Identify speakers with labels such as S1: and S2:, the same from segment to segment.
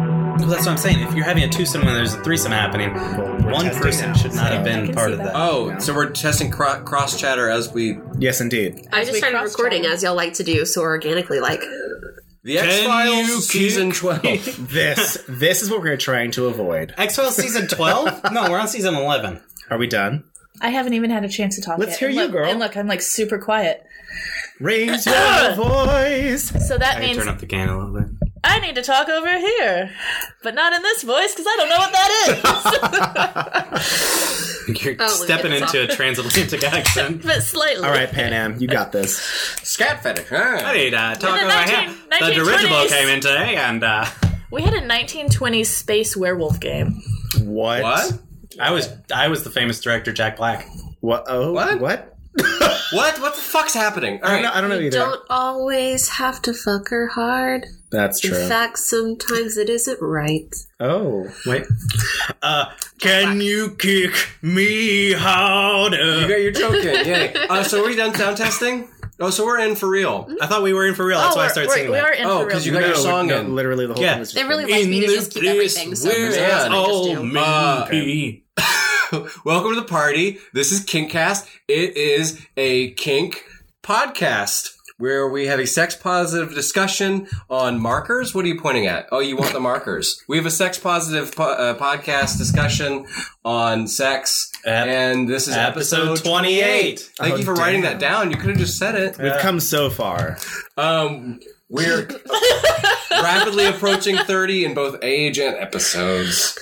S1: what I'm saying. If you're having a twosome when there's a threesome happening,
S2: we're
S1: one
S2: testing
S1: person
S2: now,
S1: should not
S2: so-
S1: have
S3: I
S1: been
S3: can
S1: part
S3: see
S1: of
S3: that.
S1: that.
S4: Oh, so we're testing cro- cross chatter as we.
S2: Yes, indeed.
S5: I just started recording as y'all like to do, so organically, like
S4: The X
S6: you
S4: Files season twelve.
S2: This this is what we're trying to avoid.
S1: X Files season twelve? no, we're on season eleven.
S2: Are we done?
S3: I haven't even had a chance to talk.
S2: Let's
S3: yet.
S2: hear
S3: and
S2: you,
S3: look,
S2: girl.
S3: And look, I'm like super quiet.
S2: Raise your voice.
S3: So that
S1: I can
S3: means
S1: turn up the can a little bit.
S3: I need to talk over here, but not in this voice because I don't know what that is.
S1: You're
S5: Oh, we
S1: stepping
S5: get this
S1: into a transatlantic accent.
S3: but slightly.
S2: All right, Pan Am, you got this.
S4: Scat fetish. Huh?
S1: Hey, uh, talk
S3: In
S1: over
S3: the
S1: here.
S3: 19-
S1: The
S3: 1920s.
S1: dirigible came in today, and uh,
S3: We had a 1920s space werewolf game.
S2: What?
S4: What?
S1: I was I was the famous director Jack Black.
S2: What? Oh,
S4: What?
S2: what?
S4: What? What the fuck's happening? All
S2: I don't
S4: right.
S2: know, I don't know either.
S5: don't always have to fuck her hard.
S2: That's true.
S5: In fact, sometimes it isn't right.
S2: oh,
S1: Wait. Uh, can you kick me
S4: You
S1: harder?
S4: got- You're joking. Yeah. Uh, so are we done sound testing? Oh, so we're in for real.
S1: I thought we were in for real. That's
S3: Oh,
S1: why I
S3: we're-
S1: started
S3: we're-
S1: singing.
S3: We
S1: that.
S3: are in
S4: Oh,
S3: for real.
S4: 'cause you got your
S2: No,
S4: song
S2: no,
S4: in.
S2: literally the whole
S1: Yeah.
S2: thing was
S5: They
S2: just
S5: really want me to just keep everything. So
S4: where
S5: that's what I just do.
S4: Uh,
S1: be.
S4: Welcome to the party. This is Kinkcast. It is a kink podcast where we have a sex positive discussion on markers. What are you pointing at? Oh, you want the markers. We have a sex positive po- uh, podcast discussion on sex.
S1: Ep-
S4: and this is
S1: episode
S4: episode 28. Thank you for writing that down. You could have just said it.
S2: We've come so far.
S4: Um, we're rapidly approaching 30 in both age and episodes.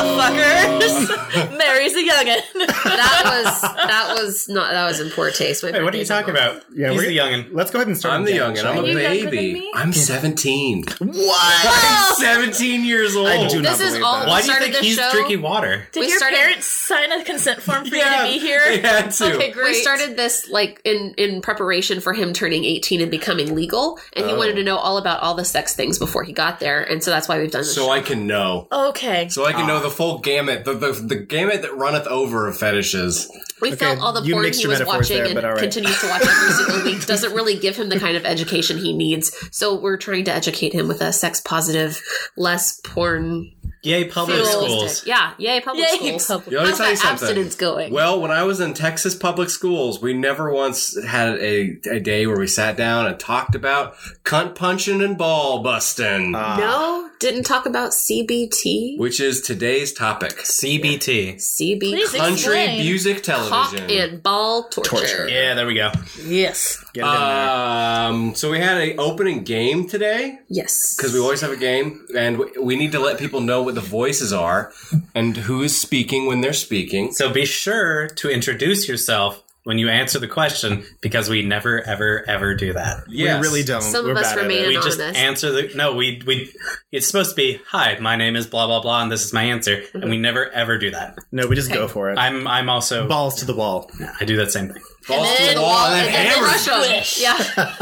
S3: Ha ha, Oh, fuckers. Mary's a youngin.
S5: that was that was not that was in poor taste. My
S1: Hey, what are you talking about?
S2: Yeah,
S1: He's
S2: we're
S1: the youngin.
S2: Let's go ahead and start.
S4: I'm the
S2: with
S4: young and I'm a
S3: Are you younger than
S4: baby.
S3: me? Oh!
S4: I'm 17.
S2: What?
S4: 17 years old.
S2: I do not
S5: This is
S2: believe
S5: all-
S2: that.
S1: Why do you
S5: Started
S1: think
S5: the
S1: he's
S5: show?
S1: drinking water?
S3: Did
S5: We
S3: your
S5: started-
S3: parents sign a consent form for you to be here?
S4: They had to.
S3: Okay, great.
S5: We started this like in in preparation for him turning 18 and becoming legal, and he
S1: Oh.
S5: wanted to know all about all the sex things before he got there, and so that's why we've done this.
S4: So I can know.
S3: Okay.
S4: So I can
S2: Ah.
S4: know the full gamut, the, the, the gamut that runneth over of fetishes.
S5: we felt all the
S2: you
S5: porn
S2: mixed
S5: he
S2: your
S5: was
S2: metaphors
S5: watching
S2: there,
S5: and
S2: but all right.
S5: continues to watch every single week doesn't really give him the kind of education he needs. So we're trying to educate him with a sex positive, less porn
S1: Yay, public schools.
S5: Yeah, yay public
S3: Yay,
S5: schools.
S3: public-
S4: Yo, let me
S5: How's
S4: tell you
S5: that
S4: something.
S5: abstinence going?
S4: Well, when I was in Texas public schools, we never once had a, a day where we sat down and talked about cunt punching and ball busting,
S2: Ah.
S5: no, didn't talk about CBT,
S4: which is today's topic.
S1: CBT.
S3: Please
S5: CB
S4: Country
S3: explain.
S4: music
S5: cock
S4: television.
S5: and ball torture.
S1: Yeah, there we go.
S3: Yes.
S2: Get it in
S4: uh,
S2: there.
S4: Um, so we had a opening game today
S5: Yes,
S4: because we always have a game, and we- we need to let people know what the voices are and who is speaking when they're speaking.
S1: So be sure to introduce yourself when you answer the question because we never, ever, ever do that.
S4: Yes.
S2: We really don't.
S5: Some
S2: We're
S5: of us
S2: bad at
S5: remain
S2: it.
S1: We just
S5: Anonymous.
S1: answer the no. We we. It's supposed to be hi. My name is blah blah blah, and this is my answer.
S5: Mm-hmm.
S1: And we never ever do that.
S2: No, we just go for it.
S1: I'm I'm also
S2: Balls to the wall.
S1: I do that same thing.
S4: Balls to
S5: And
S4: the wall
S5: then
S4: and then hammer.
S5: rush 'em.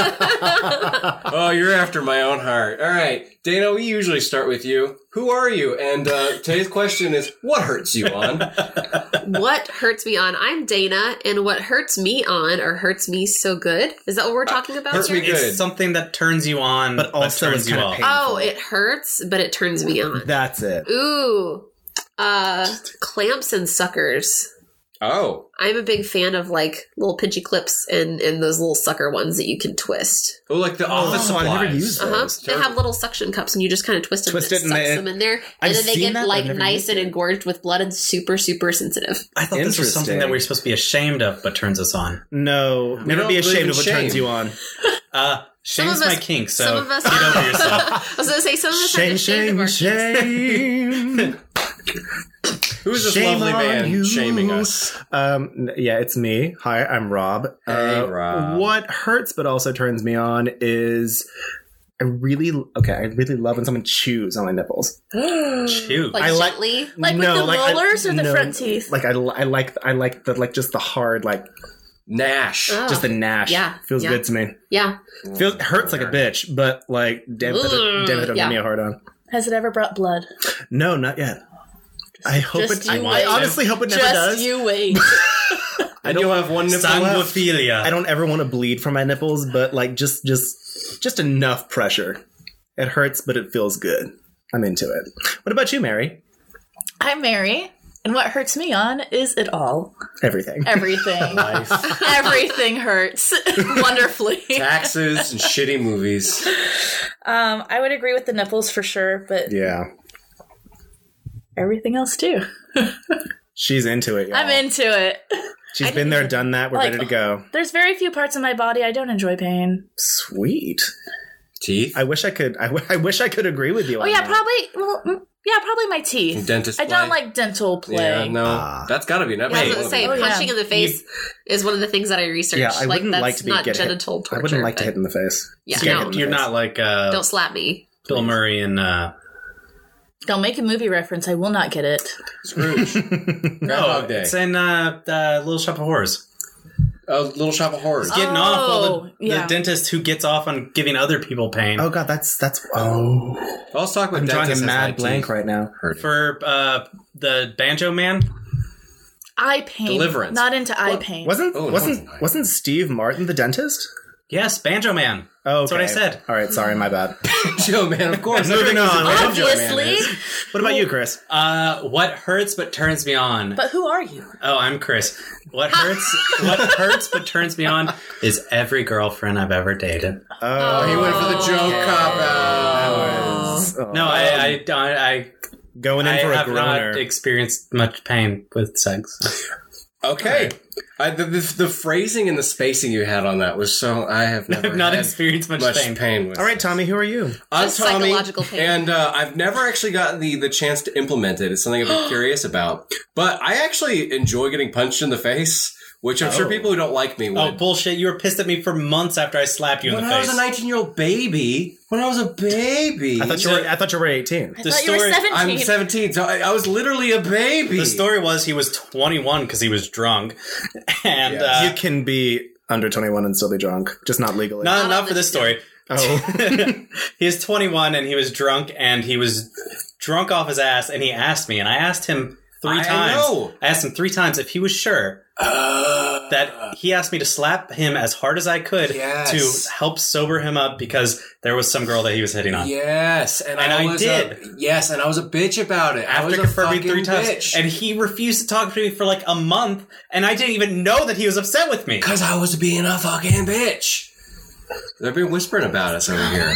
S5: Yeah,
S4: Oh, you're after my own heart. All right, Dana. We usually start with you. Who are you? And uh, today's question is, what hurts you on?
S5: what hurts me on? I'm Dana, and what hurts me on or hurts me so good? Is that what
S2: Uh,
S5: we're talking about?
S4: hurts
S5: here?
S4: me good.
S1: It's something that turns you on,
S2: But also
S1: turns
S2: it's
S1: you
S2: kinda
S1: off.
S2: painful.
S5: Oh, it hurts, but it turns me on.
S2: That's it.
S5: Ooh, uh, clamps and suckers.
S4: Oh,
S5: I'm a big fan of like little pinchy clips and and those little sucker ones that you can twist.
S4: oh, like the office
S2: Oh, I
S4: supplies.
S2: never used
S5: Uh huh.
S2: those.
S5: They have little suction cups, and you just kind of twist them,
S2: Twist
S5: and
S2: it
S5: it
S2: and
S5: sucks
S2: they-
S5: them in there, and
S2: I've
S5: then they
S2: seen
S5: get
S2: that, but
S5: like
S2: I've never
S5: nice
S2: used
S5: and engorged with blood and super super sensitive.
S1: I thought this was something that
S2: Interesting.
S1: we are supposed to be ashamed of, but turns us on.
S2: No, never
S4: don't
S2: be
S4: believe in
S2: ashamed of what
S4: shame.
S2: turns you on.
S1: Uh, shame's
S5: of us-
S1: my kink, so
S5: some of us-
S1: get over yourself.
S5: I was gonna say some of us
S2: Shame,
S5: are ashamed of
S2: shame,
S5: our
S2: shame.
S4: Who's this
S2: Shame
S4: lovely
S2: on
S4: man
S2: you.
S4: shaming us?
S2: Um, n- yeah, it's me. Hi, I'm Rob. Uh,
S4: Hey, Rob.
S2: What hurts but also turns me on is I really okay. I really love when someone chews on my nipples.
S1: Shoot.
S5: like
S2: I like-
S5: gently.
S3: Like with the
S2: I-
S3: molars or the front teeth?
S2: Like I, li- I like, I like the like just the hard like
S4: Nash.
S5: Oh,
S2: just the gnash.
S5: yeah,
S2: feels
S5: yeah.
S2: good to me.
S5: yeah.
S2: Feels hurts like a bitch, but like damn, if it, damn if it don't
S5: Yeah.
S2: give me a hard on.
S3: Has it ever brought blood?
S2: No, not yet. I hope
S3: just
S2: it. I,
S3: you
S2: I
S3: wait.
S2: honestly hope it never
S3: Just
S2: does.
S3: you wait.
S4: I don't have one nipple left.
S1: Sanguophilia.
S2: I don't ever want to bleed from my nipples, but like just just just enough pressure. It hurts, but it feels good. I'm into it. What about you, Mary?
S3: I'm Mary, and what hurts me on is it all.
S2: Everything.
S3: Everything.
S1: Life.
S3: Everything hurts wonderfully.
S4: Taxes and shitty movies.
S3: Um, I would agree with the nipples for sure, but
S2: Yeah.
S3: everything else too.
S2: She's into it, y'all.
S3: I'm into it.
S2: She's
S3: I
S2: been there, done that. We're
S3: like-
S2: ready to go.
S3: There's very few parts of my body I don't enjoy pain.
S2: Sweet.
S4: Teeth.
S2: I wish I could. I, w- I wish I could agree with you.
S3: Oh
S2: on
S3: yeah,
S2: that.
S3: probably. Well, mm, yeah, probably my teeth.
S4: Dentist
S3: I don't
S4: play.
S3: like dental play.
S4: Yeah, no.
S2: Ah.
S4: That's gotta be
S5: Yeah, I
S4: Netflix.
S5: was gonna say
S3: Oh, yeah.
S5: punching in the face is one of the things that I researched.
S2: Yeah, I
S5: like
S2: wouldn't
S5: that's
S2: like to be
S5: not
S2: get hit.
S5: genital torture.
S2: I wouldn't like to
S5: but
S2: hit in the face.
S5: Yeah,
S2: Get
S5: no.
S2: hit in the
S1: You're
S2: face.
S1: not like uh,
S5: Don't slap me.
S1: Bill Murray and uh,
S3: They'll make a movie reference. I will not get it.
S4: Scrooge.
S1: no,
S4: Groundhog Day.
S1: it's in uh, uh, Little Shop of Horrors.
S4: A Little Shop of Horrors.
S1: He's getting
S3: Oh,
S1: off. Well, the,
S3: yeah.
S1: the dentist who gets off on giving other people pain
S2: Oh god, that's that's. Oh,
S4: Well, Let's talk about
S2: I'm drawing a
S4: dentists as
S2: mad
S4: IT.
S2: blank right now.
S4: Hurting.
S1: for uh, the banjo man.
S3: Eye pain.
S4: Deliverance.
S3: Not into eye pain.
S2: Wasn't
S4: Oh, that
S2: wasn't
S4: wasn't right.
S2: wasn't Steve Martin the dentist?
S1: Yes, banjo man.
S4: Uh,
S2: Oh,
S1: That's what I
S2: okay.
S1: said.
S2: All right, sorry, my bad.
S4: Joe, man, of course.
S2: Moving on.
S4: Everybody's a banjo man
S3: Obviously.
S4: is.
S2: What about you, Chris?
S1: Uh, what hurts but turns me on.
S3: But who are you?
S1: oh, I'm Chris. What hurts? what hurts but turns me on is every girlfriend I've ever dated.
S4: Oh, he went for the Joe cop out.
S2: Oh,
S1: No, I,
S4: Um,
S1: I, I, I,
S2: going in
S1: I
S2: for a
S1: have
S2: groaner.
S1: not experienced much pain with sex.
S4: Oh, Okay. I, the, the, the phrasing and the spacing you had on that was so. I have never
S1: I've not
S4: had
S1: experienced much,
S4: much
S1: pain.
S4: pain. with.
S2: All right, Tommy, who are you?
S4: I'm
S5: Just
S4: Tommy,
S5: psychological pain.
S4: and uh, I've never actually gotten the the chance to implement it. It's something I've been curious about. But I actually enjoy getting punched in the face, which I'm sure
S2: Oh.
S4: people who don't like me would.
S1: Oh bullshit! You were pissed at me for months after I slapped you
S4: when
S1: in the
S4: I
S1: face.
S4: was a 19 year old baby, when I was a baby,
S2: I thought you were. I thought you were eighteen.
S3: I
S1: The
S3: thought you were
S1: story-
S3: 17.
S4: I'm 17, so I, I was literally a baby.
S1: The story was he was 21 because he was drunk, and
S4: Yes.
S1: uh,
S2: you can be under twenty-one and still be drunk, just not legally.
S1: not
S5: Not
S1: enough
S5: on
S1: for
S5: the-
S1: this story.
S2: Oh,
S1: he was 21 and he was drunk and he was drunk off his ass and he asked me and I asked him three
S4: I
S1: times.
S4: know. Uh.
S1: I asked him three times if he was sure that he asked me to slap him as hard as I could
S4: Yes.
S1: to help sober him up because there was some girl that he was hitting on.
S4: Yes, and,
S1: And
S4: I,
S1: I
S4: was
S1: did.
S4: A, yes, and I was a bitch about it. I
S1: After
S4: was a
S1: confirming
S4: fucking
S1: three times,
S4: bitch.
S1: and he refused to talk to me for like a month, and I didn't even know that he was upset with me.
S4: Because I was being a fucking bitch. They've been whispering about us over here.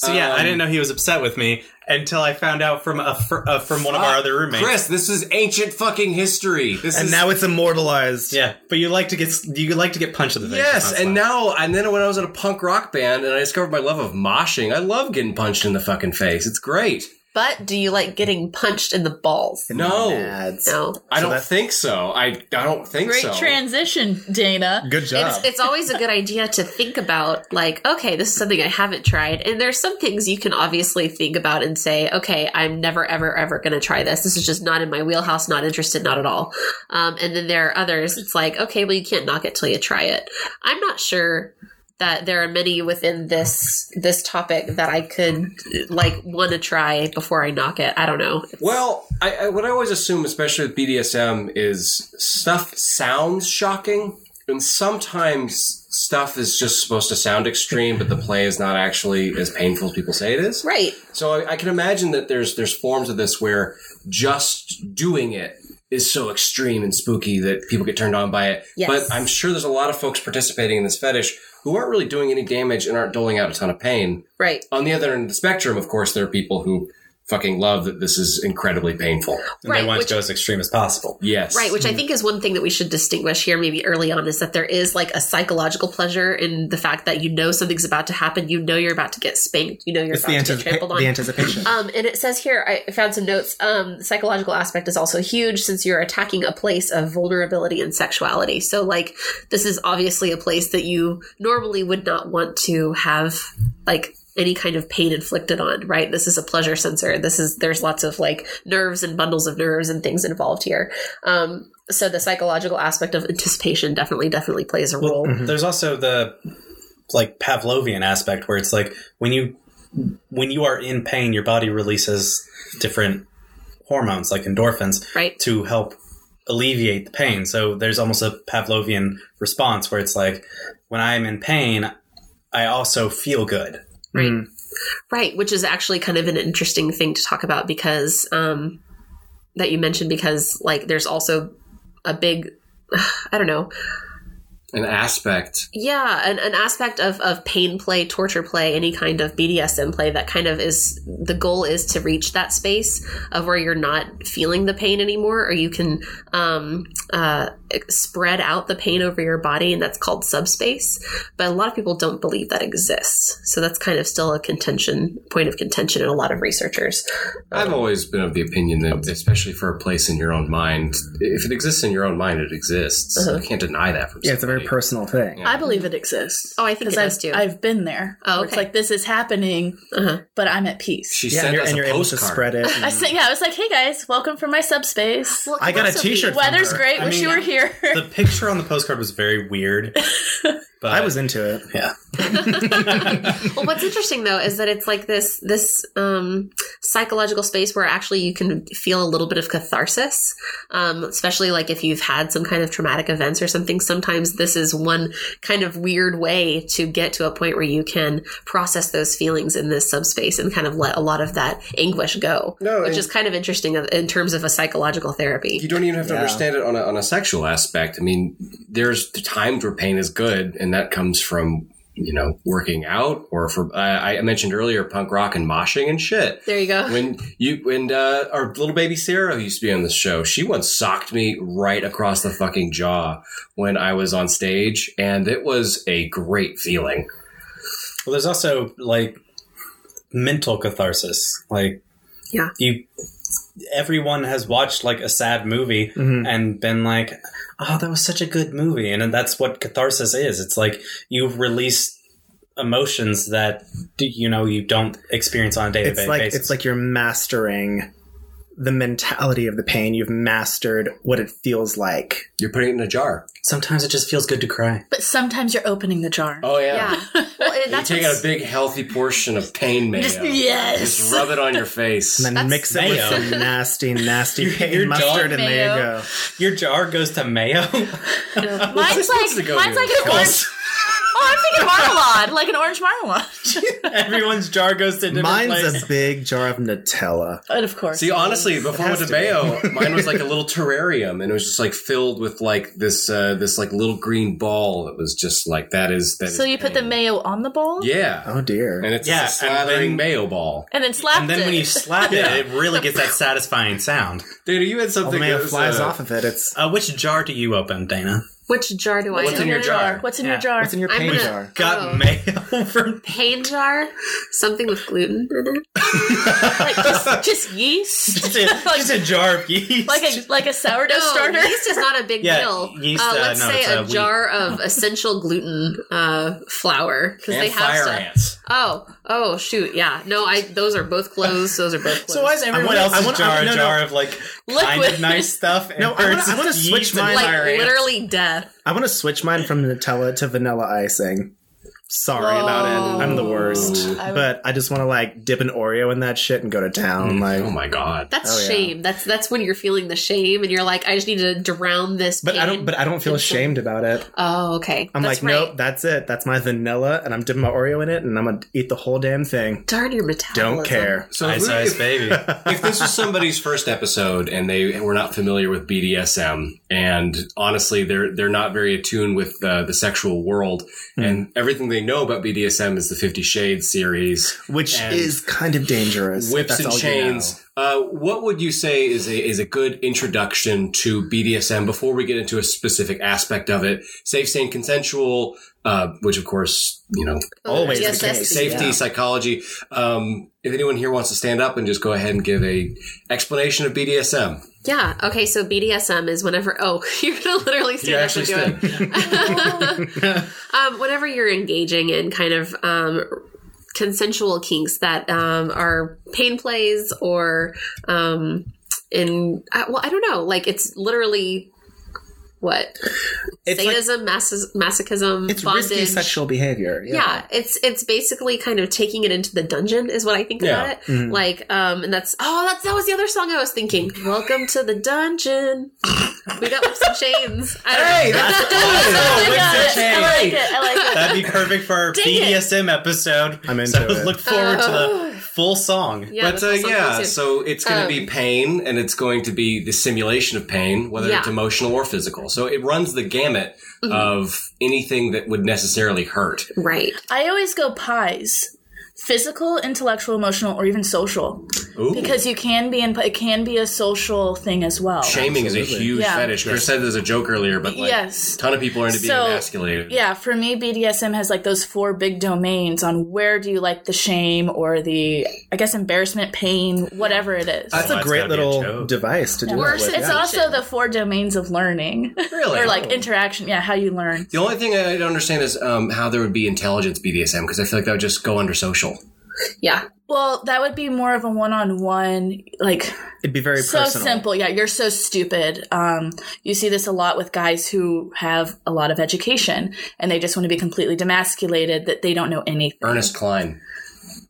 S1: So yeah,
S4: Um,
S1: I didn't know he was upset with me until I found out from a fr- uh, from one of our other roommates.
S4: Chris, this is ancient fucking history. This
S2: and
S4: is
S2: now it's immortalized.
S1: Yeah, but you like to get you like to get punched in the face.
S4: Yes,
S1: That's
S4: and
S1: fine.
S4: now and then when I was in a punk rock band and I discovered my love of moshing, I love getting punched in the fucking face. It's great.
S5: But do you like getting punched in the balls?
S4: No.
S2: Nads.
S5: No.
S4: I don't
S2: that's-
S4: think so. I I don't think
S3: Great
S4: so.
S3: transition, Dana.
S2: Good job.
S5: It's, it's always a good idea to think about, like, okay, this is something I haven't tried. And there's some things you can obviously think about and say, okay, I'm never, ever, ever going to try this. This is just not in my wheelhouse, not interested, not at all. Um, and then there are others, it's like, okay, well, you can't knock it till you try it. I'm not sure that there are many within this this topic that I could like want to try before I knock it. I don't know. It's-
S4: Well, I, I what I always assume, especially with BDSM, is stuff sounds shocking, and sometimes stuff is just supposed to sound extreme, but the play is not actually as painful as people say it is.
S5: right.
S4: So I, I can imagine that there's there's forms of this where just doing it is so extreme and spooky that people get turned on by it.
S5: Yes.
S4: But I'm sure there's a lot of folks participating in this fetish who aren't really doing any damage and aren't doling out a ton of pain
S5: Right.
S4: on the other end of the spectrum, of course, there are people who fucking love that this is incredibly painful.
S1: And
S5: right,
S1: they want
S5: which-
S1: to go as extreme as possible.
S4: Yes.
S5: Right,
S2: Mm.
S5: which I think is one thing that we should distinguish here, maybe early on, is that there is like a psychological pleasure in the fact that you know something's about to happen. You know you're about to get spanked. You know you're
S2: it's the,
S5: about to get trampled
S2: anticipa-
S5: on.
S2: the anticipation.
S5: Um, and it says here, I found some notes. Um, psychological aspect is also huge since you're attacking a place of vulnerability and sexuality. So, like, this is obviously a place that you normally would not want to have like any kind of pain inflicted on. Right? This is a pleasure sensor. This is there's lots of like nerves and bundles of nerves and things involved here. Um, so the psychological aspect of anticipation definitely definitely plays a role.
S4: Mm-hmm.
S1: There's also the like Pavlovian aspect where it's like when you when you are in pain, your body releases different hormones like endorphins
S5: Right.
S1: to help alleviate the pain. So there's almost a Pavlovian response where it's like when I'm in pain, I also feel good.
S5: Right. Right, which is actually kind of an interesting thing to talk about because um, that you mentioned because like there's also a big I don't know
S4: An aspect.
S5: yeah an, an aspect of, of pain play torture play any kind of bdsm play that kind of is the goal is to reach that space of where you're not feeling the pain anymore or you can um, uh, spread out the pain over your body and that's called subspace but a lot of people don't believe that exists so that's kind of still a contention point of contention in a lot of researchers
S4: I've always been of the opinion that, especially for a place in your own mind, if it exists in your own mind, it exists.
S5: Uh-huh.
S4: You can't deny that from
S2: Yeah, it's a very
S4: somebody.
S2: personal thing.
S4: Yeah.
S3: I believe it exists.
S5: Oh, I think
S3: 'Cause
S5: it
S3: I've,
S5: does, too.
S3: I've been there.
S5: Oh,
S3: where It's
S5: okay.
S3: like this is happening,
S5: Uh-huh.
S3: but I'm at peace.
S4: She
S2: Yeah, and
S4: sent
S2: you're,
S4: us
S2: and
S4: a
S2: you're able to
S4: postcard.
S2: spread it.
S3: I said, yeah, I was like, hey guys, welcome from my subspace.
S5: Well, it
S2: I
S5: could
S2: got a
S5: also be-
S2: T-shirt.
S3: Weather's
S2: Remember,
S3: great.
S1: I
S3: Wish you
S1: mean-
S3: were here.
S1: The picture on the postcard was very weird. But
S2: I was into it.
S1: yeah.
S5: well what's interesting though is that it's like this this um, psychological space where actually you can feel a little bit of catharsis um, especially like if you've had some kind of traumatic events or something sometimes this is one kind of weird way to get to a point where you can process those feelings in this subspace and kind of let a lot of that anguish go
S4: No,
S5: which
S4: and-
S5: is kind of interesting in terms of a psychological therapy
S4: You don't even have to
S2: Yeah.
S4: understand it on a, on a sexual aspect. I mean, there's times where pain is good, and that comes from you know working out or from I I mentioned earlier punk rock and moshing and shit.
S5: there you go
S4: When you and uh, our little baby Sarah who used to be on this show, she once socked me right across the fucking jaw when I was on stage, and it was a great feeling.
S1: Well, there's also like mental catharsis. Like,
S5: Yeah.
S1: you. Everyone has watched like a sad movie
S2: Mhm.
S1: and been like, "Oh, that was such a good movie," and that's what catharsis is. It's like you release emotions that you know you don't experience on a day to
S2: It's
S1: day
S2: like
S1: basis.
S2: it's like you're mastering the mentality of the pain. You've mastered what it feels like.
S4: You're putting it in a jar.
S1: sometimes it just feels good to cry.
S3: but sometimes you're opening the jar.
S4: Oh
S5: yeah well, and
S4: You
S5: that's
S4: take out
S5: what's-
S4: a big healthy portion of pain mayo.
S3: Just-
S4: Just
S3: yes.
S4: rub it on your face.
S2: And then
S5: That's
S2: mix it with
S1: mayo.
S2: some nasty, nasty pain
S1: you're
S2: mustard, and there you
S3: mayo.
S2: go.
S1: Your jar goes to mayo.
S3: Mine's
S4: this supposed to
S3: like
S4: go
S3: mine's
S4: to?
S3: like an orange. Oh, I'm thinking marmalade, like an orange marmalade.
S1: Everyone's jar goes to a different
S2: Mine's
S1: place.
S2: a big jar of Nutella.
S3: and of course,
S4: See, honestly, before
S2: has
S4: with the
S2: to be.
S4: mayo, mine was like a little terrarium, and it was just like filled with like this, uh, this like little green ball that was just like that is that.
S3: so
S4: is
S3: you put the
S4: pain.
S3: mayo on the bowl,
S4: yeah,
S2: Oh dear.
S4: and it's
S1: Yeah,
S4: yeah, a
S1: and
S4: slathering
S1: then-
S4: mayo ball.
S3: and then slapped
S1: and then
S3: it.
S1: when you slap
S4: Yeah.
S1: it, it really gets that satisfying sound.
S4: Dude, you had
S2: All
S4: something
S2: the mayo
S4: that was,
S2: flies
S4: uh,
S2: off of Oh, it. It's
S1: Uh, which jar do you open, Dana?
S5: which jar do i
S4: What's in
S5: open?
S4: your jar?
S3: What's in
S1: Yeah.
S3: your jar?
S2: what's in your
S5: I'm
S2: pain
S5: gonna-
S2: jar?
S1: Got
S5: Oh.
S1: mayo from
S5: pain jar something with gluten in it
S3: like just, just yeast,
S1: just a, just a jar of yeast.
S3: like a like a sourdough
S5: no,
S3: starter.
S5: Yeast is not a big
S1: Yeah,
S5: deal.
S1: yeast,
S5: uh,
S1: uh,
S5: let's
S1: no,
S5: say
S1: it's,
S5: a
S1: uh, wheat.
S5: jar of essential gluten uh, flour because
S4: and
S5: they have
S4: fire
S5: stuff.
S4: ants.
S5: Oh, oh, shoot, yeah. No, I those are both closed. Those are both closed.
S1: so why is everyone
S2: wanna- I
S1: else's
S2: wanna-
S1: jar
S2: I- no,
S1: a
S2: no.
S1: jar of like kind
S3: Liquid.
S1: of nice stuff? And
S2: No, I wanna-
S1: hers
S2: I wanna
S1: is
S2: switch
S1: yeast
S2: mine-
S1: and
S5: like
S1: fire ants?
S5: literally death?
S2: I want to switch mine from Nutella to vanilla icing. Sorry about it. I'm the worst.
S4: Ooh.
S3: I would-
S2: But I just want to like dip an Oreo in that shit and go to town. Like,
S4: Oh my god!
S5: That's
S2: Oh, yeah.
S5: shame. That's that's when you're feeling the shame and you're like, I just need to drown this.
S2: but I
S5: pain.
S2: don't. But I don't feel ashamed about it.
S5: oh, okay.
S2: I'm
S5: That's
S2: like,
S5: right.
S2: nope, that's it. That's my vanilla, and I'm dipping my Oreo in it, and I'm gonna eat the whole damn thing.
S5: Darn your
S2: Don't
S5: metabolism.
S2: care.
S4: So
S1: Ice
S4: if we-
S1: Ice Baby.
S4: if this was somebody's first episode and they were not familiar with BDSM, and honestly, they're they're not very attuned with uh, the sexual world,
S2: Hmm.
S4: and everything they know about BDSM is the Fifty Shades series,
S2: Which
S4: And
S2: is kind of dangerous. if
S4: whips
S2: that's
S4: and
S2: all you
S4: chains. Uh, what would you say is a is a good introduction to BDSM before we get into a specific aspect of it? Safe, sane, consensual, uh, which of course you know
S2: Always
S5: Yes,
S2: the
S5: that's
S2: case.
S4: safety
S2: Yeah.
S4: psychology um, if anyone here wants to stand up and just go ahead and give a explanation of bdsm
S5: Yeah. Okay. So BDSM is whenever. Oh, you're gonna literally stand
S4: You
S5: up
S4: actually
S5: and do it. um, whenever you're engaging in kind of um, consensual kinks that um, are pain plays or um, in uh, well, I don't know. Like it's literally what
S2: It's like-
S5: sadism, masochism, masochism,
S2: It's
S5: bondage.
S2: risky sexual behavior.
S5: yeah. it's it's basically kind of taking it into the dungeon is what I think
S4: Yeah.
S5: about it.
S2: Mhm.
S5: Like, um, and that's oh, that's that was the other song I was thinking. Welcome to the dungeon. we got whips and chains. I don't
S4: Hey,
S5: know.
S4: that's
S3: Oh
S4: awesome.
S3: my
S4: What's
S3: God.
S4: your
S3: I
S4: change?
S3: like it. I like it.
S1: That'd be perfect for our
S5: Dang it.
S1: BDSM episode.
S2: I'm into
S1: so
S2: it.
S1: look forward
S5: Oh.
S1: to the full song.
S5: yeah,
S4: but
S5: that's
S4: uh,
S5: what song
S4: yeah,
S5: was too.
S4: so it's going to be
S5: Um,
S4: pain, and it's going to be the simulation of pain, whether
S5: Yeah.
S4: it's emotional or physical. So it runs the gamut
S5: Mhm.
S4: of anything that would necessarily hurt.
S5: right.
S3: I always go pies. Physical, intellectual, emotional, or even social.
S4: Ooh.
S3: Because you can be in it can be a social thing as well.
S4: shaming is a
S2: Absolutely.
S4: huge
S3: Yeah.
S4: fetish. Chris said there's a joke earlier, but like,
S3: Yes.
S4: a ton of people are into being
S3: So-
S4: emasculated.
S3: Yeah, for me, BDSM has like those four big domains on where do you like the shame or the, I guess, embarrassment, pain, whatever it is.
S1: I-
S2: That's a
S1: Well,
S2: great
S1: that's gotta be a
S2: little
S1: joke.
S2: device to do that
S5: Worse
S2: with.
S5: than
S3: it's
S2: yeah.
S3: also the four domains of learning
S4: Really?
S3: or like interaction. Yeah, how you learn.
S4: the only thing I don't understand is um, how there would be intelligence BDSM because I feel like that would just go under social.
S5: Yeah.
S3: Well, that would be more of a one on one, like
S2: It'd be very
S3: so
S2: personal.
S3: simple. Yeah, you're so stupid. Um, you see this a lot with guys who have a lot of education and they just want to be completely demasculated that they don't know anything.
S4: Ernest Klein.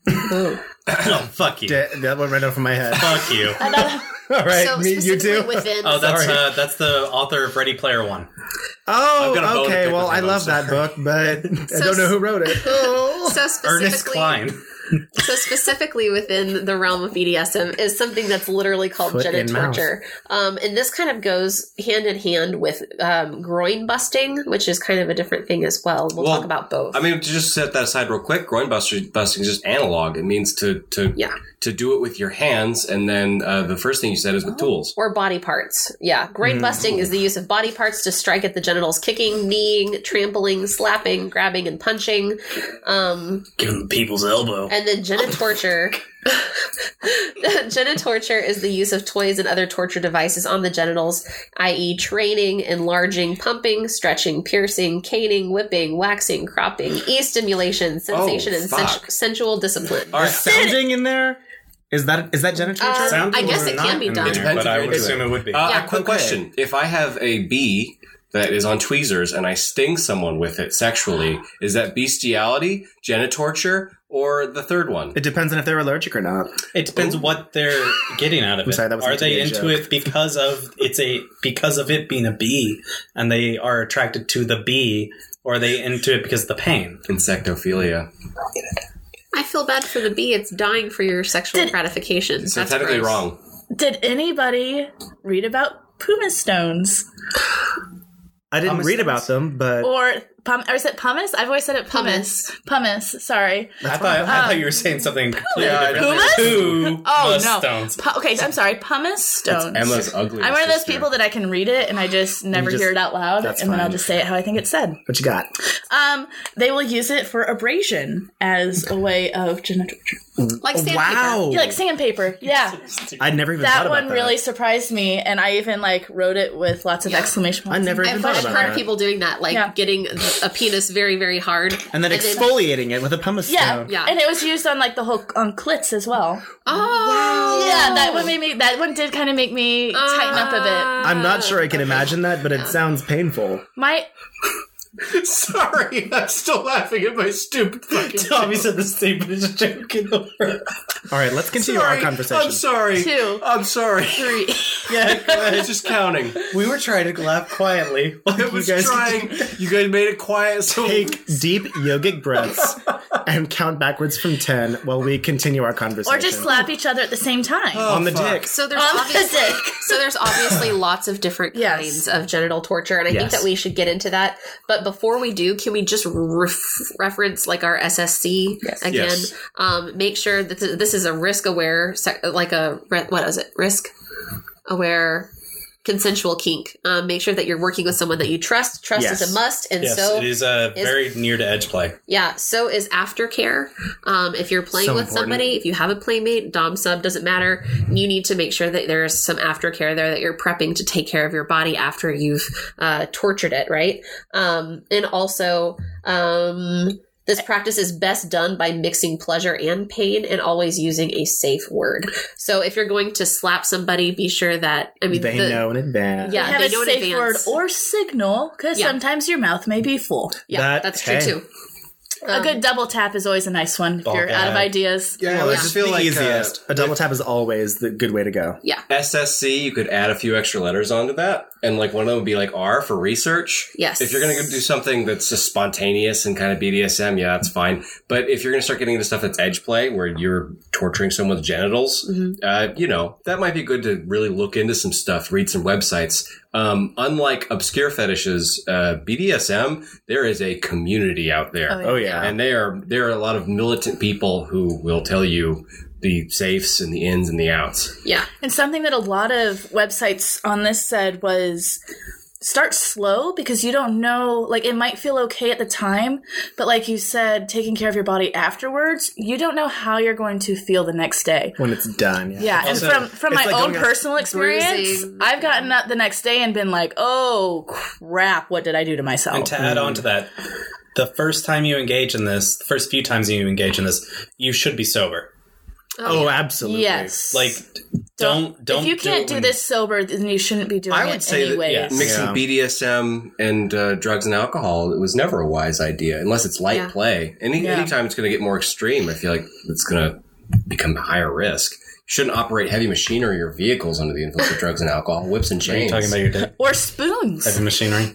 S1: oh, fuck you.
S2: Da- that went right over my head.
S1: Fuck you.
S2: All right,
S5: so
S2: me, you
S5: specifically
S2: do.
S5: within.
S1: Oh, that's
S2: Sorry.
S1: uh, that's the author of Ready Player One. I've got a bone
S2: Oh,
S1: to
S2: okay.
S1: pick
S2: Well,
S1: with
S2: I
S1: him, I'm
S2: love that book, but I don't know who wrote it.
S5: so
S1: Ernest
S5: specifically,
S1: Klein.
S5: so specifically within the realm of BDSM is something that's literally called
S2: Foot in mouth.
S5: genitorture. Um, and this kind of goes hand in hand with um, groin busting, which is kind of a different thing as well. We'll,
S4: Well,
S5: talk about both.
S4: I mean, to just set that aside real quick, groin buster, busting is just analog. It means to to
S5: Yeah.
S4: to do it with your hands, and then uh, the first thing you said is
S3: Oh.
S4: with tools.
S5: or body parts. Yeah.
S2: Hmm.
S5: Groin busting is the use of body parts to strike at the genitals, kicking, kneeing, trampling, slapping, grabbing, and punching. Um,
S1: Give him the people's elbow.
S5: And then genitorture. genitorture is the use of toys and other torture devices on the genitals, i.e., training, enlarging, pumping, stretching, piercing, caning, whipping, waxing, cropping, e stimulation, sensation, and sen-
S4: fuck.
S5: sensual discipline.
S4: All right.
S2: Sounding in there? Is that is that geniture?
S5: Uh,
S1: Sound
S5: I guess
S1: was
S5: it
S1: not
S5: can be
S1: in
S5: done.
S1: there,
S4: Depends
S1: but
S4: if
S1: I
S4: you're
S1: would
S4: into
S1: assume it would be.
S4: Uh,
S5: Yeah,
S4: a quick
S2: okay.
S4: question: If I have a bee that is on tweezers and I sting someone with it sexually, is that bestiality, genitorture, or the third one?
S2: It depends on if they're allergic or not.
S1: It depends what they're getting out of it.
S2: sorry, that was
S1: are
S2: meant to be
S1: they
S2: a
S1: into
S2: joke.
S1: it because of it's a because of it being a bee and they are attracted to the bee, or are they into it because of the pain?
S4: Insectophilia.
S5: I feel bad for the bee. It's dying for your sexual
S3: Did-
S5: gratification.
S4: So
S5: That's
S4: technically
S5: gross.
S4: wrong.
S3: Did anybody read about pumice stones
S2: I didn't
S1: Pumice
S2: read about
S1: stones.
S2: them, but
S3: or pum- or is it pumice? I've always said it pumice. Pumice. Sorry.
S1: I thought I thought you were saying something completely
S4: Yeah, I
S1: different.
S3: Pumice?
S1: Who
S3: Oh
S1: must
S3: no.
S1: stones?
S3: Pu- okay, I'm sorry. Pumice stones.
S4: Emma's ugly.
S3: I'm one of those people that I can read it and I just never
S2: just-
S3: hear it out loud, and
S2: that's
S3: then I'll
S2: fine.
S3: just say it how I think it's said.
S2: what you got?
S3: Um, they will use it for abrasion as a way of genitorture.
S5: Like sandpaper.
S2: Wow,
S3: Yeah, like sandpaper. Yeah,
S2: I never even thought
S3: that
S2: about
S3: one really surprised me, and I even like wrote it with lots of exclamation
S2: I
S3: points.
S2: never
S5: I've
S2: even thought
S5: heard,
S2: about
S5: heard
S2: that.
S5: of people doing that, like
S3: Yeah.
S5: getting a penis very, very hard.
S2: and then exfoliating it with a pumice
S3: Yeah,
S2: stone.
S5: Yeah.
S3: and it was used on like the whole on clits as well.
S5: Oh,
S3: Yeah, that one made me. That one did kind of make me tighten up
S5: Uh,
S3: a bit.
S2: I'm not sure I can imagine that, but it sounds painful.
S3: My
S4: Sorry, I'm still laughing at my stupid fucking.
S1: Tommy said the stupidest joke in the world.
S2: All right, let's continue
S4: Sorry,
S2: our conversation.
S4: I'm sorry.
S3: Two.
S4: I'm sorry.
S3: three.
S1: Yeah,
S4: It's just counting.
S1: we were trying to laugh quietly.
S4: I was trying. You guys made it quiet. So
S2: Take deep yogic breaths and count backwards from ten while we continue our conversation.
S3: or just slap each other at the same time.
S2: on the
S4: fuck.
S2: dick.
S5: So there's
S3: On the
S5: Oh. obviously
S3: dick.
S5: so there's obviously lots of different
S3: Yes.
S5: kinds of genital torture, and I think
S2: Yes.
S5: that we should get into that. But before we do, can we just ref- reference like our SSC again?
S4: Yes.
S5: Um, make sure that th- this is a risk aware, sec- like a re- what is it? Risk aware. Consensual kink. Um, make sure that you're working with someone that you trust. Trust is
S2: Yes.
S5: a must, and
S1: Yes,
S5: so
S1: it is a
S5: is-
S1: very near to edge play.
S5: yeah, so is aftercare. Um, if you're playing
S2: So
S5: with
S2: important.
S5: somebody, if you have a playmate, dom sub doesn't matter. You need to make sure that there is some aftercare there that you're prepping to take care of your body after you've uh, tortured it, right? Um, and also um, This practice is best done by mixing pleasure and pain and always using a safe word. So if you're going to slap somebody, be sure that I mean
S2: they
S5: the-
S2: know in advance.
S5: Yeah,
S3: have
S5: they
S3: a
S5: know in
S3: safe word
S5: advance.
S3: or signal because
S5: Yeah.
S3: sometimes your mouth may be full.
S5: Yeah,
S2: That-
S5: that's
S2: hey.
S5: true too.
S3: a
S5: Um,
S3: good double tap is always a nice one if
S1: Ball
S3: you're out of
S1: gag.
S3: ideas.
S4: Yeah,
S2: Well,
S4: I
S2: it's
S4: just
S2: the
S4: feel like
S2: easiest.
S4: Uh,
S2: a double tap is always the good way to go.
S4: SSC, you could add a few extra letters onto that, and like one of them would be like R for research.
S5: Yes.
S4: If you're gonna do something that's just spontaneous and kind of BDSM, yeah, that's fine. But if you're gonna start getting into stuff that's edge play, where you're torturing someone's genitals,
S5: Mhm.
S4: uh, you know that might be good to really look into some stuff, read some websites. Um, unlike obscure fetishes, uh, BDSM, there is a community out there.
S3: Oh, yeah.
S2: Oh yeah.
S4: And they are there are a lot of militant people who will tell you the safes and the ins and the outs.
S5: Yeah.
S3: And something that a lot of websites on this said was start slow because you don't know like it might feel okay at the time but like you said taking care of your body afterwards you don't know how you're going to feel the next day
S2: when it's done. Yeah.
S3: yeah
S1: Also,
S3: and from from
S2: it's
S3: my
S2: like
S3: own
S2: going out-
S3: personal experience
S5: Bruising.
S3: i've gotten up the next day and been like oh crap what did i do to myself
S1: And to add on to that, the first time you engage in this, the first few times you engage in this, you should be sober.
S2: Oh, absolutely.
S3: yes
S1: Like, don't don't.
S3: if you can't
S1: it
S3: do
S1: when-
S3: this sober then you shouldn't be doing
S4: I would
S3: it
S4: say that-
S3: anyways
S1: yeah,
S4: Mixing
S2: Yeah.
S4: BDSM and uh, drugs and alcohol it was never a wise idea unless it's light
S5: Yeah.
S4: play. Any
S3: Yeah.
S4: anytime it's going to get more extreme, I feel like it's going to become a higher risk. You shouldn't operate heavy machinery or vehicles under the influence of drugs and alcohol, whips and
S1: Are you
S4: chains.
S1: talking about your dick?
S3: or spoons
S1: Heavy machinery.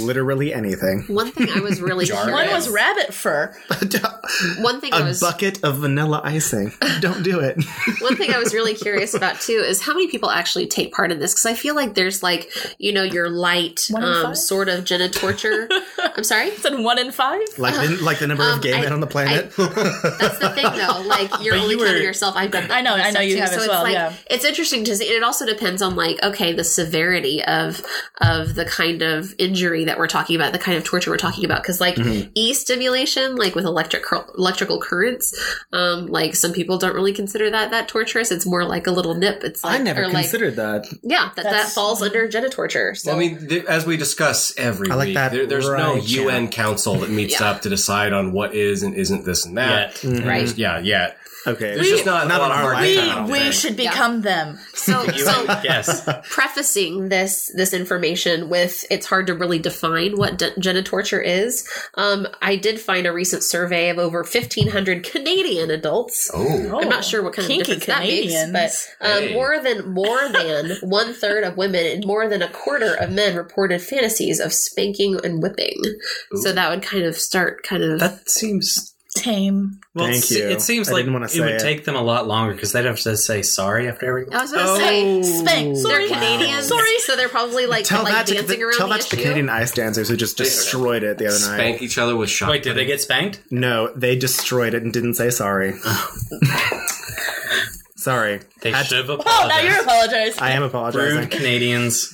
S2: Literally anything.
S5: One thing I was really
S4: Jar
S5: curious-
S3: One was rabbit fur.
S5: one thing I
S2: a
S5: was
S2: bucket of vanilla icing. Don't do it.
S5: one thing I was really curious about too is how many people actually take part in this because I feel like there's like you know your light
S3: One in
S5: um,
S3: five?
S5: sort of genital torture. I'm sorry.
S3: Said one in five.
S2: like the, like the number
S5: Um,
S2: of gay
S5: I-
S2: men on the planet.
S5: That's the thing though. Like you're
S1: But
S5: only
S1: you were-
S5: counting yourself. I've done. That
S3: I know, I know
S5: stuff,
S3: you
S5: too.
S3: have
S5: so
S3: as
S5: it's
S3: well,
S5: Like,
S3: yeah.
S5: It's interesting to see. It also depends on like okay the severity of of the kind of injury that we're talking about, the kind of torture we're talking about. Because like e stimulation, like with electric cur- electrical currents, um, like some people don't really consider that that torturous. It's more like a little nip. It's like
S2: I never
S5: or, like,
S2: considered that.
S5: Yeah, that, that
S3: That's-
S5: falls under genital torture. So
S4: Well, I mean, th- as we discuss every
S2: I like
S4: week,
S2: that
S4: there, there's no
S2: right
S4: UN council that meets
S5: Yeah.
S4: up to decide on what is and isn't this and that.
S1: Yet.
S5: right.
S4: Yeah, yeah.
S2: Mm-hmm. Okay.
S4: There's just not,
S2: Not
S4: a lot
S2: in
S4: of
S2: our
S4: hard
S2: lifetime.
S4: time.
S2: don't
S3: We we
S2: think.
S3: should
S5: Yeah.
S3: become them.
S5: So, so
S1: yes.
S5: prefacing this this information with it's hard to really define what de- genital torture is. Um, I did find a recent survey of over 1,500 Canadian adults.
S4: Oh,
S5: I'm not sure what kind
S3: Kinky
S5: of difference that makes,
S3: Canadians.
S5: but um,
S4: Hey.
S5: more than more than one third of women and more than a quarter of men reported fantasies of spanking and whipping. So that would kind of start kind of
S1: That seems.
S3: tame.
S1: Well,
S2: Thank
S1: it,
S2: you.
S1: it seems
S2: I
S1: like
S2: didn't wanna
S1: it
S2: say
S1: would
S2: it.
S1: take them a lot longer because they'd have to say sorry after every.
S5: I was going to
S4: Oh.
S5: say
S3: Spank.
S5: they're
S3: Sorry,
S5: Canadians,
S3: Sorry.
S5: so they're probably like
S2: Tell
S5: like
S2: that to
S5: dancing
S2: the,
S5: around
S2: tell
S5: the
S2: that to the
S5: issue.
S2: Canadian ice dancers who just destroyed it the other night.
S4: spank each other with
S3: Oh.
S4: shot.
S1: Wait, did they get spanked?
S2: No, they destroyed it and didn't say sorry.
S4: Oh.
S2: sorry.
S1: They
S2: Had-
S1: should have
S3: Oh,
S1: apologized.
S3: now you're apologizing.
S2: I am apologizing.
S1: rude Canadians.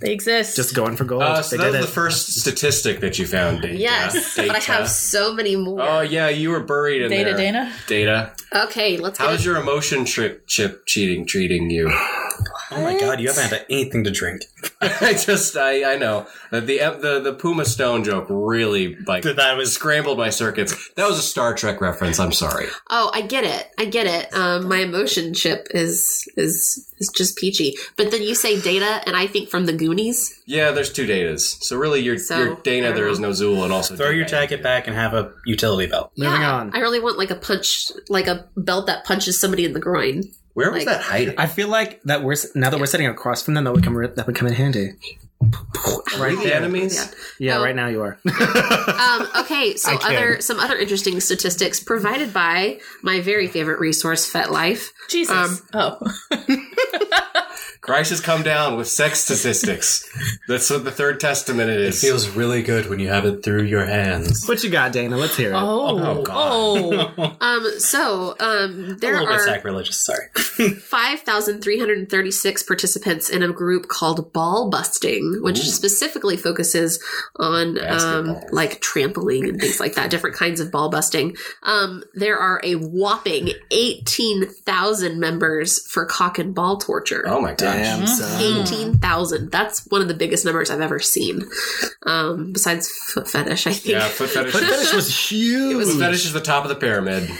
S3: they exist.
S2: Just going for gold.
S4: Uh, so
S2: they
S4: that
S2: did
S4: was
S2: it.
S4: the first statistic that you found. Data.
S5: Yes,
S4: Data.
S5: but I have so many more.
S4: Oh yeah, you were buried in
S3: Data,
S4: there.
S3: Dana?
S4: Data.
S5: Okay, let's get
S4: How's
S5: it.
S4: your emotion trip chip cheating treating you?
S1: Oh my god, you haven't had anything to drink.
S4: I just I I know that the uh, the the Puma Stone joke really like
S1: That was
S4: scrambled my circuits. That was a Star Trek reference. I'm sorry.
S5: Oh, I get it. I get it. Um, my emotion chip is is is just peachy. But then you say data, and I think from the Goonies.
S4: Yeah, there's two datas. So really, you're,
S5: So,
S4: you're
S5: I
S4: Dana.
S5: don't
S4: There is no Zool, and also
S1: Throw your
S4: Dana.
S1: jacket back and have a utility belt.
S2: Moving
S5: yeah,
S2: on.
S5: I really want like a punch, like a belt that punches somebody in the groin.
S4: Where was
S5: like-
S4: that hiding?
S2: I feel like that we're s- now that we're sitting across from them that would come re- that would come in handy.
S4: Right, the
S2: there.
S4: enemies.
S5: Yeah.
S2: Yeah,
S5: Oh.
S2: right now you are.
S5: Um, okay, so
S2: I can.
S5: other some other interesting statistics provided by my very favorite resource, FetLife.
S3: Jesus.
S5: Um,
S3: oh,
S4: Christ has come down with sex statistics. That's what the third testament it
S1: It
S4: is.
S1: feels really good when you have it through your hands.
S2: what you got, Dana? Let's hear it.
S3: oh,
S4: God.
S3: oh.
S5: Um, so um,
S1: a
S5: there
S1: little bit
S5: are
S1: sacrilegious, sorry.
S5: 5,336 participants in a group called Ball Busting, which specifically focuses on um,
S4: Basketball.
S5: like trampoline and things like that, different kinds of ball busting. Um, there are a whopping 18,000 members for cock and ball torture.
S4: Oh my god.
S1: much.
S2: Damn, son.
S5: Eighteen thousand. That's one of the biggest numbers I've ever seen. Um, besides foot fetish, I think.
S4: Yeah,
S5: Yeah.
S4: foot fetish.
S2: Foot fetish was huge.
S4: Foot fetish is the top of the pyramid.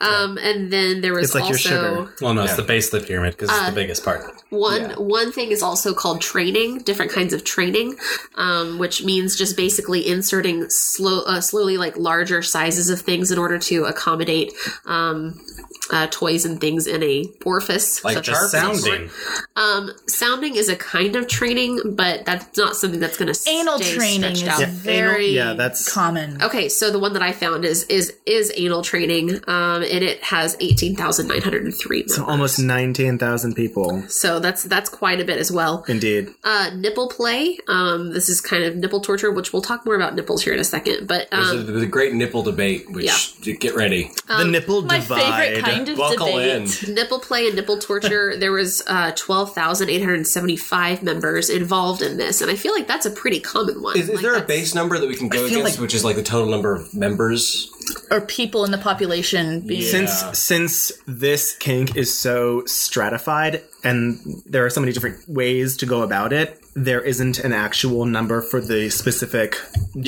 S5: Um, and then there was
S2: It's like your
S5: also
S2: sugar.
S1: Well, no, it's
S4: Yeah.
S1: the base of the pyramid because it's
S5: Uh,
S1: the biggest part.
S5: one
S2: Yeah.
S5: one thing is also called training. Different kinds of training, um, which means just basically inserting slow uh, slowly like larger sizes of things in order to accommodate. Um, uh, toys and things in a orifice
S4: Like
S5: such
S1: Just
S5: as-
S1: sounding.
S5: Um, sounding is a kind of training, but that's not something that's going to
S3: Anal
S5: stay
S3: training is
S5: stretched out.
S3: very
S2: Yeah, that's-
S3: common.
S5: Okay, so the one that I found is is is anal training, um, and it has eighteen thousand nine hundred and three.
S2: So almost 19,000 people.
S5: So that's that's quite a bit as well.
S2: Indeed.
S5: Uh, nipple play. Um, this is kind of nipple torture, which we'll talk more about nipples here in a second. But
S4: There's
S5: um,
S4: the, the great nipple debate, which get ready.
S3: Um,
S2: the nipple
S6: My
S2: divide.
S6: favorite kind of
S4: Buckle
S6: debate.
S4: in.
S5: nipple play and nipple torture. there was uh, twelve thousand eight hundred seventy five members involved in this, and I feel like that's a pretty common one.
S4: Is, is
S5: Like,
S4: there a
S5: that's-
S4: base number that we can go
S1: feel
S4: against,
S1: like-
S4: which is like the total number of members?
S3: Or people in the population being
S2: Since
S4: Yeah.
S2: since this kink is so stratified and there are so many different ways to go about it, there isn't an actual number for the specific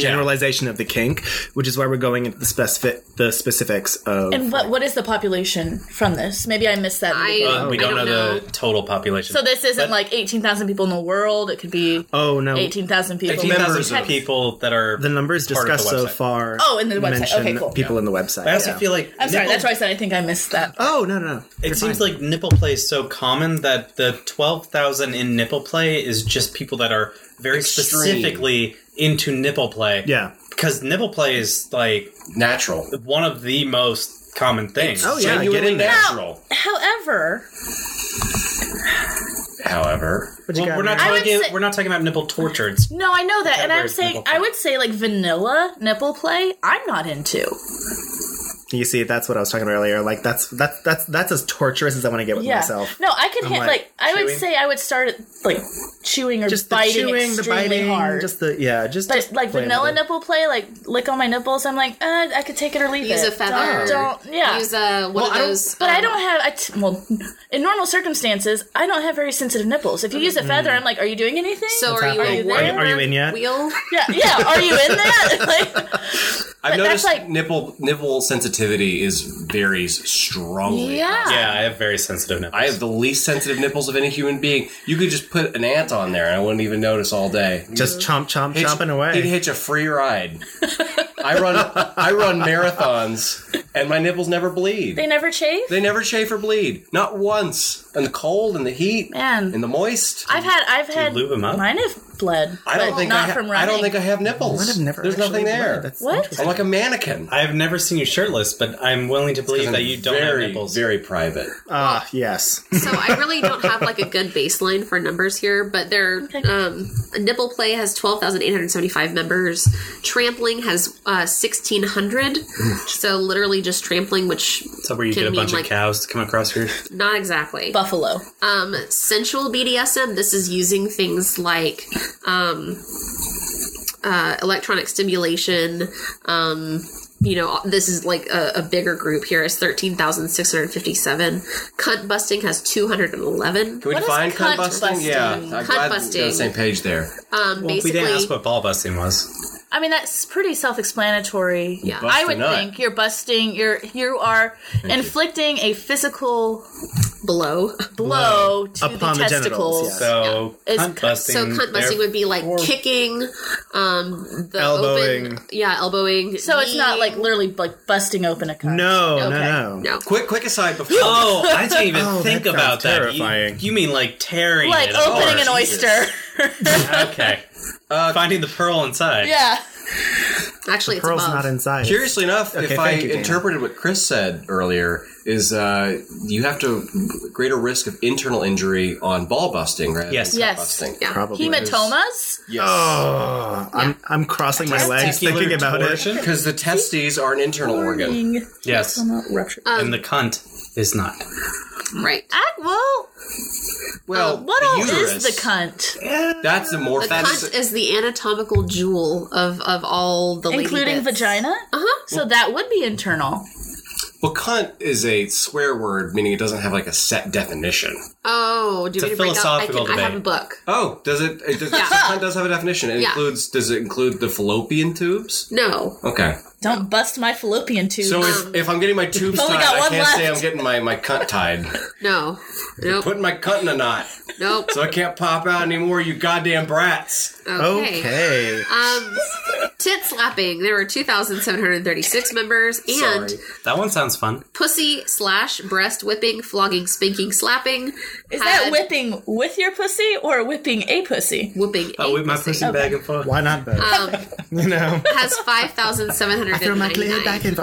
S2: generalization of the kink, which is why we're going into the specific the specifics of
S3: And what what is the population from this? Maybe I missed that. in the
S5: I-
S3: beginning.
S1: Uh, we
S5: I
S1: don't,
S5: don't
S1: know, the total population.
S3: so this isn't like eighteen thousand people in the world. It could be
S2: Oh no.
S3: eighteen thousand people.
S1: 18,000
S4: Members of-
S1: people that are
S2: The numbers
S1: part of the
S2: discussed so
S1: website.
S2: far.
S3: Oh, in the website.
S2: mention
S3: Okay, cool.
S2: People in the website.
S1: I also
S2: yeah.
S1: feel like
S3: I'm sorry.
S1: nipple-
S3: That's why I said I think I missed that.
S2: Oh no no. no.
S1: It seems like nipple play is so common that the twelve thousand in nipple play is just people that are very
S4: Extreme.
S1: specifically into nipple play.
S2: Yeah.
S1: because nipple play is like
S4: Natural.
S1: one of the most common things.
S2: Oh, yeah,
S4: Genuinely
S2: get in there.
S4: natural.
S3: However,
S4: However,
S2: What you
S1: Well,
S2: got,
S1: we're not
S2: Matt?
S3: I would
S1: talking.
S3: say-
S1: we're not talking about nipple torture. It's
S3: no, I know that, and I'm
S1: Categories
S3: saying
S1: nipple play.
S3: I would say like vanilla nipple play. I'm not into.
S2: You see, that's what I was talking about earlier. Like that's that's that's that's as torturous as I want to get with
S3: Yeah.
S2: myself.
S3: No, I could hit
S2: like,
S3: like, I would
S2: chewing?
S3: say I would start at like chewing or
S2: Just the
S3: biting
S2: chewing, the
S3: extremely
S2: biting,
S3: hard.
S2: just the yeah, just,
S3: but
S2: just
S3: like
S2: playing
S3: vanilla
S2: with it.
S3: nipple play, like lick on my nipples. I'm like, uh, I could take it or leave
S5: Use
S3: it.
S5: a feather.
S3: Don't, don't- yeah.
S5: Use a one
S2: Well,
S5: of
S2: I don't-
S5: those.
S3: but I
S5: um,
S3: don't have. I t- well, in normal circumstances, I don't have very sensitive nipples. If you use a
S2: Mm.
S3: feather, I'm like, are you doing anything?
S5: So
S2: What's
S5: are you,
S2: happening?
S5: a
S2: Are you- are you
S5: worm
S2: in yet?
S5: Wheel.
S3: yeah, yeah. Are you in that? Like,
S4: I've
S3: But that's
S4: noticed
S3: like-
S4: nipple nipple sensitivity is varies strongly.
S3: yeah.
S1: yeah, I have very sensitive nipples.
S4: I have the least sensitive nipples of any human being. You could just put an ant on there, and I wouldn't even notice all day.
S2: Just chomp chomp
S4: Hitch-
S2: chomping
S4: He'd
S2: away.
S4: hitch a free ride. I run I run marathons, and my nipples never bleed.
S3: They never chafe.
S4: They never chafe or bleed. Not once. In the cold, in the heat,
S3: Man.
S4: in the moist.
S3: I've had. I've had.
S1: lube 'em up?
S3: Mine have bled.
S4: I don't
S3: but
S4: think
S3: not
S4: I, ha-
S3: from running.
S4: I don't think I have nipples.
S2: I've never
S4: There's
S2: actually
S4: nothing
S2: read.
S4: there.
S2: That's
S3: What?
S2: interesting.
S4: I'm like a mannequin.
S1: I have never seen you shirtless, but I'm willing to believe that you don't
S4: very,
S1: have nipples.
S4: Very private.
S2: Ah, yes.
S5: So I really don't have like a good baseline for numbers here, but their um, nipple play has twelve thousand eight hundred seventy-five members. Trampling has uh, sixteen hundred. so literally just trampling, which
S1: so where you
S5: Can
S1: get a
S5: mean,
S1: bunch
S5: like-
S1: of cows to come across here.
S5: not exactly.
S3: Buffalo.
S5: Um, sensual BDSM. This is using things like um, uh, electronic stimulation. Um, you know, this is like a, a bigger group here. It's thirteen thousand six hundred fifty-seven. Cunt busting has two hundred and eleven.
S4: Can we
S3: What is
S4: define
S3: cunt
S4: cunt busting?
S3: busting?
S4: Yeah, I'm
S5: Cunt
S4: glad
S5: busting.
S4: we're on the same page there.
S5: Um,
S1: Well, we
S5: basically,
S1: didn't ask what ball busting was.
S3: I mean, that's pretty self-explanatory. Yeah,
S4: bust
S3: I
S4: a
S3: would
S4: nut.
S3: think you're busting. You're you are inflicting a physical
S5: below.
S3: blow to
S2: Upon
S3: the
S2: the genitals,
S3: testicles.
S2: yes.
S1: So
S3: It's
S1: cunt
S3: cunt-
S1: busting.
S5: So cunt busting would be like
S1: therefore-
S5: kicking, um, the
S2: Elbowing.
S5: open, yeah, elbowing.
S3: So it's not
S5: kneeing.
S3: like literally like busting open a cup.
S2: No, no,
S5: Okay.
S2: no.
S5: no.
S4: Quick, quick aside before.
S1: Oh, I didn't even
S2: Oh, that
S1: think
S2: sounds
S1: about that. You-
S2: terrifying.
S1: You, mean like tearing
S3: Like
S1: it
S3: opening
S1: apart.
S3: an
S4: Oh, Jesus.
S3: oyster.
S1: okay. Uh, Finding the pearl inside.
S3: yeah.
S5: Actually, it's
S2: Pearl's
S5: above.
S2: not inside.
S4: Curiously enough, if I
S2: thank you, Dana.
S4: interpreted what Chris said earlier, is uh, you have to greater risk of internal injury on ball busting, right?
S1: Yes.
S3: Yes.
S4: Busting.
S5: yeah.
S2: Probably.
S3: Hematomas.
S4: Yes.
S2: Oh, I'm I'm crossing my legs thinking about it.
S1: Torsion?
S4: Because the testes are an internal organ.
S3: Warning.
S1: Yes.
S3: Hematoma Rupture.
S1: and the cunt is not.
S5: Right.
S3: Ah, well,
S4: Well,
S3: what
S4: Oh, the
S3: all
S4: uterus,
S3: is the cunt,
S4: That's the more.
S5: The
S4: that's
S5: cunt is the anatomical jewel of of all the lady
S3: including
S5: bits.
S3: vagina?
S5: Uh huh.
S3: So that would be internal.
S4: Well, cunt is a swear word, meaning it doesn't have like a set definition.
S5: Oh, do
S1: It's
S5: you
S1: a
S5: want me to break out? I,
S1: philosophical
S5: can, I have a
S1: debate.
S5: book.
S4: Oh, does it? it does,
S5: Yeah.
S4: so cunt does have a definition. It
S5: Yeah.
S4: includes. Does it include the fallopian tubes?
S5: No.
S4: Okay.
S3: Don't bust my fallopian tube.
S4: So if, if I'm getting my tubes
S3: Um, only
S4: tied,
S3: got
S4: I
S3: one
S4: can't say
S3: left.
S4: I'm getting my, my cunt tied.
S5: No. Nope.
S4: Putting my cunt in a knot,
S5: Nope.
S4: so I can't pop out anymore. You goddamn brats.
S5: Okay.
S2: Okay.
S5: Um, tit slapping. There were 2,736 members,
S4: Sorry.
S5: and
S1: That one sounds fun.
S5: pussy slash breast whipping, flogging, spanking, slapping.
S3: is
S5: had-
S3: that whipping with your pussy or whipping a pussy?
S5: Whooping.
S1: I
S5: a
S1: whip Oh, my
S5: pussy.
S1: pussy back and forth.
S2: Why not both?
S5: Um,
S2: you know.
S5: has 5,799.
S2: and forth. I throw my clit back and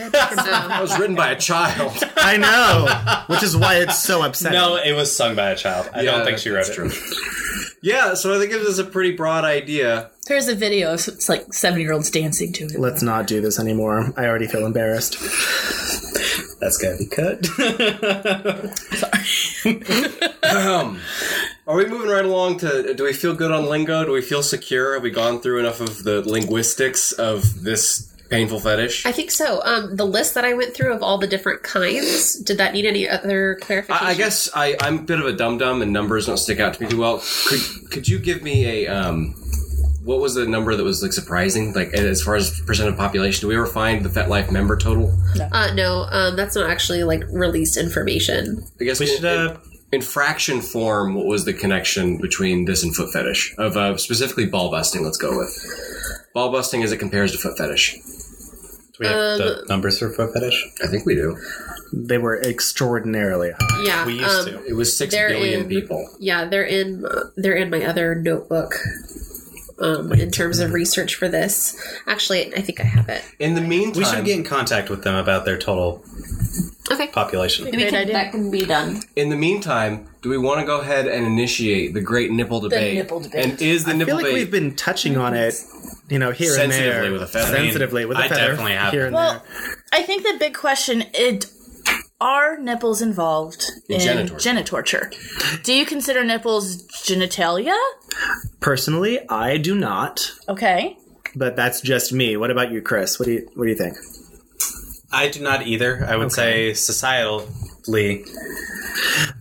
S5: So,
S4: That was written by a child.
S2: I know, which is why it's so upsetting.
S1: No, it was sung by a child. I don't think she wrote it.
S4: yeah, so I think it is a pretty broad idea.
S3: There's a video. Of, it's like seven year olds dancing to it.
S2: Let's not do this anymore. I already feel embarrassed.
S1: That's gotta be cut.
S4: Um, are we moving right along to? Do we feel good on lingo? Do we feel secure? Have we gone through enough of the linguistics of this painful fetish?
S5: I think so. Um, the list that I went through of all the different kinds, did that need any other clarification?
S4: I, I guess I, I'm a bit of a dum dum, and numbers don't stick out to me too well. Could could you give me a um? What was the number that was like surprising? Like as far as percent of population, do we ever find the FetLife member total?
S5: Uh, no, um, that's not actually like released information.
S4: I guess
S1: We should,
S4: in-
S1: uh,
S4: in fraction form. What was the connection between this and foot fetish? Of uh, specifically ball busting. Let's go with ball busting as it compares to foot fetish.
S1: Do we have
S5: Uh,
S1: the numbers for foot fetish?
S4: I think we do.
S2: They were extraordinarily high.
S5: Yeah,
S1: We used
S5: um,
S1: to.
S4: It was six
S5: They're
S4: billion
S5: in-
S4: people.
S5: Yeah, they're in they're in my other notebook. Um, in terms of research for this, actually, I think I have it.
S4: In the meantime,
S1: We should get in contact with them about their total
S5: Okay,
S1: population.
S3: Great idea.
S5: that can be done.
S4: in the meantime, do we want to go ahead and initiate the great nipple debate?
S3: nipple debate.
S4: And is the
S2: I feel
S4: nipple
S2: like we've
S4: debate?
S2: been touching on it, you know, here
S4: Sensitively
S2: and there.
S4: with a feather.
S2: Sensitively with a
S1: I
S2: feather.
S1: definitely have.
S2: Here and
S3: Well, I think the big question it are nipples involved in,
S4: genitor-
S3: genitorture? Do you consider nipples genitalia?
S2: there. Personally, I do not,
S3: Okay.
S2: but that's just me. What about you, Chris? What do you What do you think?
S1: I do not either. I would say societally.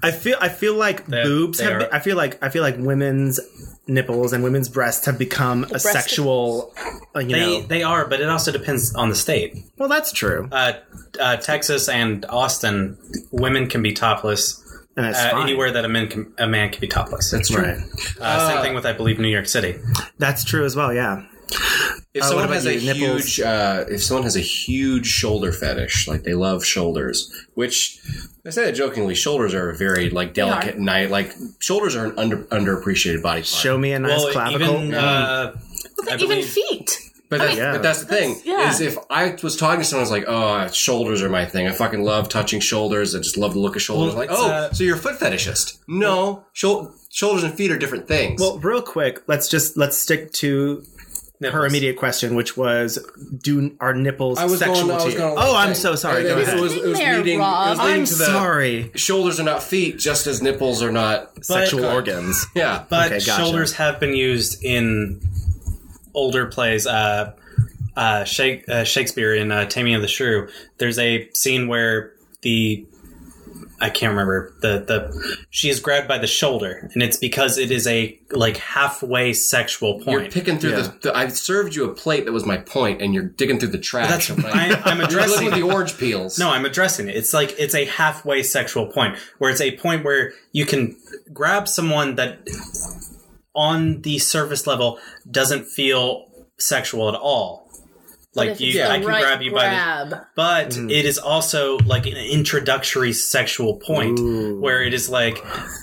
S2: I feel I feel like
S1: They're-
S2: boobs
S1: they
S2: have.
S1: are-
S2: I feel like I feel like women's nipples and women's breasts have become a sexual. uh, You
S1: They,
S2: know,
S1: they are, but it also depends on the state.
S2: well, that's true,
S1: Uh, uh, Texas and Austin, women can be topless
S2: and that's
S1: uh,
S2: fine.
S1: anywhere that a man can, a man can be topless. That's
S2: right?
S1: Uh, same thing with, I believe, New York City.
S2: That's true as well. Yeah.
S4: If
S2: Uh,
S4: someone
S2: what
S4: has
S2: about
S4: a
S2: you? Nipples?
S4: huge, uh, if someone has a huge shoulder fetish, like they love shoulders, which I say that jokingly, shoulders are a very like
S3: are.
S4: delicate night. Like shoulders are an under underappreciated body part.
S2: Show me a nice
S1: well,
S2: clavicle.
S1: even uh,
S2: Mm.
S1: I
S3: Even
S1: believe
S3: feet.
S4: But that's,
S2: yeah.
S4: but that's the thing
S3: yeah.
S4: is if I was talking to someone, I was like, "Oh, shoulders are my thing. I fucking love touching shoulders. I just love the look of shoulders."
S1: Well,
S4: like,
S1: it's,
S4: "Oh,
S1: uh,
S4: so you're a foot fetishist?" No, shou- shoulders and feet are different things.
S2: well, real quick, let's just let's stick to her
S1: nipples.
S2: immediate question, which was, "Do our nipples
S4: I was
S2: sexual
S4: going. I
S2: to
S4: was
S2: you?"
S4: going
S2: oh, I'm so sorry.
S4: And
S2: Go
S4: then
S2: ahead.
S4: It was, it was
S3: Sitting there,
S4: leading, it was
S3: Rob.
S4: leading
S2: I'm
S4: to the
S2: sorry.
S4: shoulders are not feet, just as nipples are not.
S2: Sexual organs.
S4: Yeah,
S1: but
S2: Okay, gotcha.
S1: shoulders have been used in older plays. Uh, uh, Shake, uh, Shakespeare in uh, Taming of the Shrew. There's a scene where the I can't remember the the she is grabbed by the shoulder, and it's because it is a like halfway sexual
S4: you're
S1: point.
S4: picking through
S2: Yeah.
S4: the, the. I served you a plate that was my point, and you're digging through the trash.
S1: That's I, I'm
S4: you're looking
S1: addressing
S4: at the orange peels.
S1: No, I'm addressing it. It's like it's a halfway sexual point where it's a point where you can grab someone that on the surface level doesn't feel sexual at all. Like you, I can grab you by
S3: grab.
S1: the, but it is also like an introductory sexual point where it is like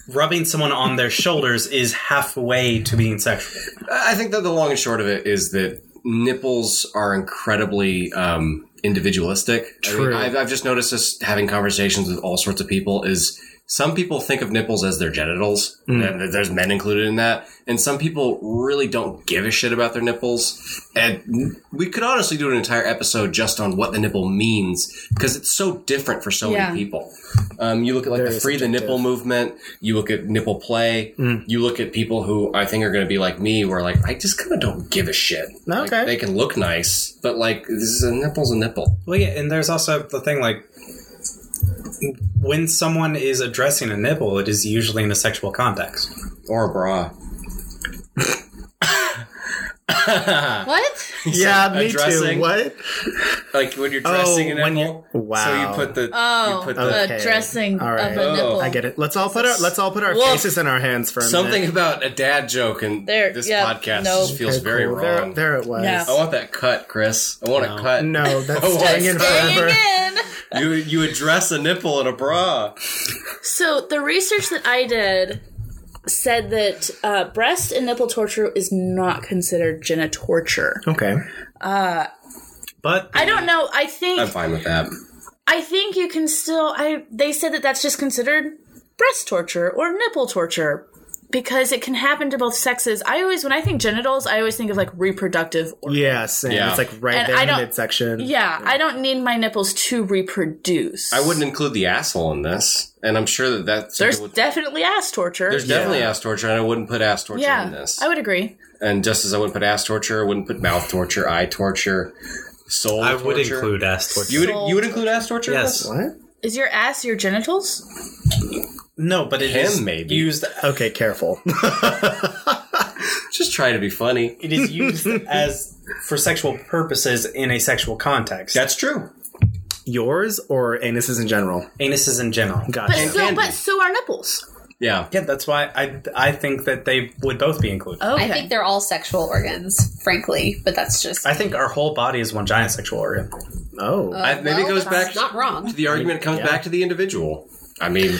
S1: rubbing someone on their shoulders is halfway to being sexual.
S4: I think that the long and short of it is that nipples are incredibly um, individualistic. I
S2: True.
S4: mean, I've, I've just noticed this having conversations with all sorts of people is some people think of nipples as their genitals, and th- there's men included in that. And some people really don't give a shit about their nipples. And we could honestly do an entire episode just on what the nipple means because it's so different for so
S3: Yeah.
S4: many people. Um, you look at like
S2: Very
S4: the free the nipple movement. You look at nipple play.
S2: Mm.
S4: You look at people who I think are going to be like me, where like I just kind of don't give a shit. Like,
S2: Okay.
S4: they can look nice, but like this is a nipple's a nipple.
S1: Well, yeah, and there's also the thing like when someone is addressing a nipple, it is usually in a sexual context.
S4: Or a bra.
S5: What?
S2: yeah, me
S4: addressing-
S2: too. What?
S4: Like when you're dressing
S2: Oh,
S4: a
S2: when you-
S4: nipple.
S2: Wow.
S4: So you put the
S3: Oh,
S4: you put
S3: a
S4: the
S2: Okay.
S3: dressing
S2: All right.
S3: of a
S4: Oh.
S3: nipple.
S2: I get it. Let's all put our let's all put our
S4: Well,
S2: faces in our hands for a
S4: something
S2: minute.
S4: about a dad joke and
S3: There,
S4: this
S3: yeah,
S4: podcast
S3: no.
S4: just feels
S2: Okay,
S4: very
S2: cool. There-
S4: wrong.
S2: There, it was.
S3: Yeah.
S4: I want that cut, Chris. I want
S1: No.
S4: a cut.
S2: No, that's
S4: Oh,
S2: staying in
S3: Dang
S2: forever.
S3: again.
S4: You you address a nipple in a bra.
S3: So the research that I did said that uh, breast and nipple torture is not considered genital torture.
S2: Okay.
S3: Uh,
S1: But
S3: I don't know. I
S4: I'm
S3: think
S4: fine with that.
S3: I think you can still. I they said that that's just considered breast torture or nipple torture because it can happen to both sexes. I always when I think genitals, I always think of like reproductive. Or-
S2: Yeah, same.
S4: Yeah.
S2: It's like right
S3: And
S2: there
S3: I
S2: in the
S3: don't-
S2: midsection.
S3: yeah, I don't need my nipples to reproduce.
S4: I wouldn't include the asshole in this, and I'm sure that that's
S3: There's definitely ass torture.
S4: there's definitely ass torture, and I wouldn't put ass torture
S3: yeah,
S4: in this.
S3: I would agree.
S4: and just as I wouldn't put ass torture, I wouldn't put mouth torture, eye torture, soul.
S1: I would
S4: torture.
S1: include ass torture.
S4: You would
S3: Soul
S4: you would include ass torture? in
S1: Yes.
S4: this?
S2: What?
S3: Is your ass your genitals?
S1: no, but it
S4: Him,
S1: is
S4: maybe.
S1: used.
S2: Okay, careful.
S4: Just try to be funny.
S1: It is used as for sexual purposes in a sexual context.
S4: That's true.
S2: Yours or anuses in general?
S1: Anuses in general.
S3: But
S2: Gotcha.
S3: so,
S4: can be.
S3: but so are nipples.
S4: Yeah.
S1: Yeah, that's why I I think that they would both be included.
S3: Okay.
S5: I think they're all sexual organs, frankly, but that's just.
S1: I think our whole body is one giant sexual organ.
S2: Oh.
S5: Uh,
S4: I- maybe it goes
S5: that's
S4: back-
S5: Not wrong.
S4: The argument comes
S2: Yeah.
S4: back to the individual. I mean,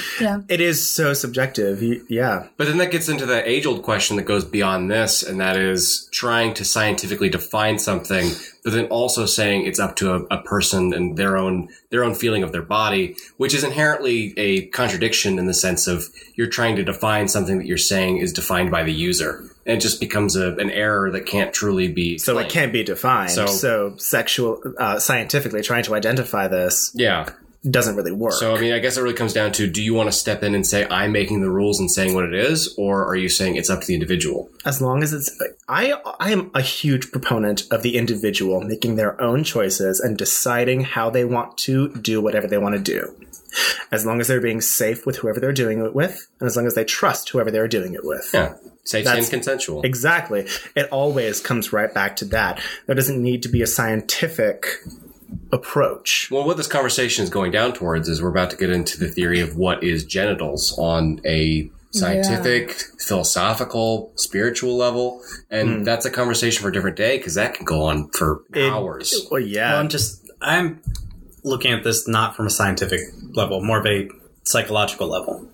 S2: it is so subjective. You- yeah.
S4: but then that gets into the age old question that goes beyond this, and that is trying to scientifically define something, but then also saying it's up to a, a person and their own their own feeling of their body, which is inherently a contradiction in the sense of you're trying to define something that you're saying is defined by the user. And it just becomes a, an error that can't truly be
S2: So it
S4: explained.
S2: can't be defined. So,
S4: So-
S2: sexual, uh, scientifically trying to identify this
S4: Yeah.
S2: doesn't really work.
S4: So I mean, I guess it really comes down to: Do you want to step in and say I'm making the rules and saying what it is, or are you saying it's up to the individual?
S2: as long as it's, I, I am a huge proponent of the individual making their own choices and deciding how they want to do whatever they want to do. As long as they're being safe with whoever they're doing it with, and as long as they trust whoever they're doing it with.
S4: Yeah, safe
S2: That's-
S4: and consensual.
S2: Exactly. It always comes right back to that. There doesn't need to be a scientific approach.
S4: Well, what this conversation is going down towards is we're about to get into the theory of what is genitals on a scientific, philosophical, spiritual level, and that's a conversation for a different day because that can go on for hours.
S2: Well, yeah.
S1: I'm just I'm looking at this not from a scientific level, more of a psychological level.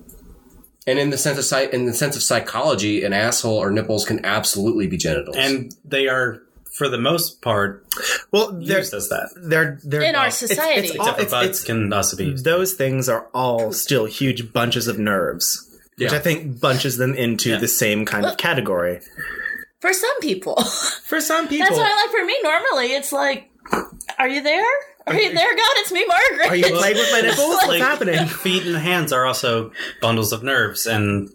S4: And in the sense of sci- in the sense of psychology, an asshole or nipples can absolutely be genitals.
S1: And they are for the most part
S2: well, they're,
S1: used as that.
S2: they're, they're
S3: In our
S2: it's-
S3: society.
S2: it's, all-
S1: Except for
S2: it's-
S1: butts
S2: it's-
S1: can also be used.
S2: those things are all still huge bunches of nerves, which
S4: Yeah.
S2: I think bunches them into the same kind of category.
S3: For some people.
S2: For some people,
S3: That's what I like for me normally. It's like, are you there? Are you there, God? It's me, Margaret.
S2: are you playing with my nipples? What's
S1: Like,
S2: happening?
S1: Feet and hands are also bundles of nerves, and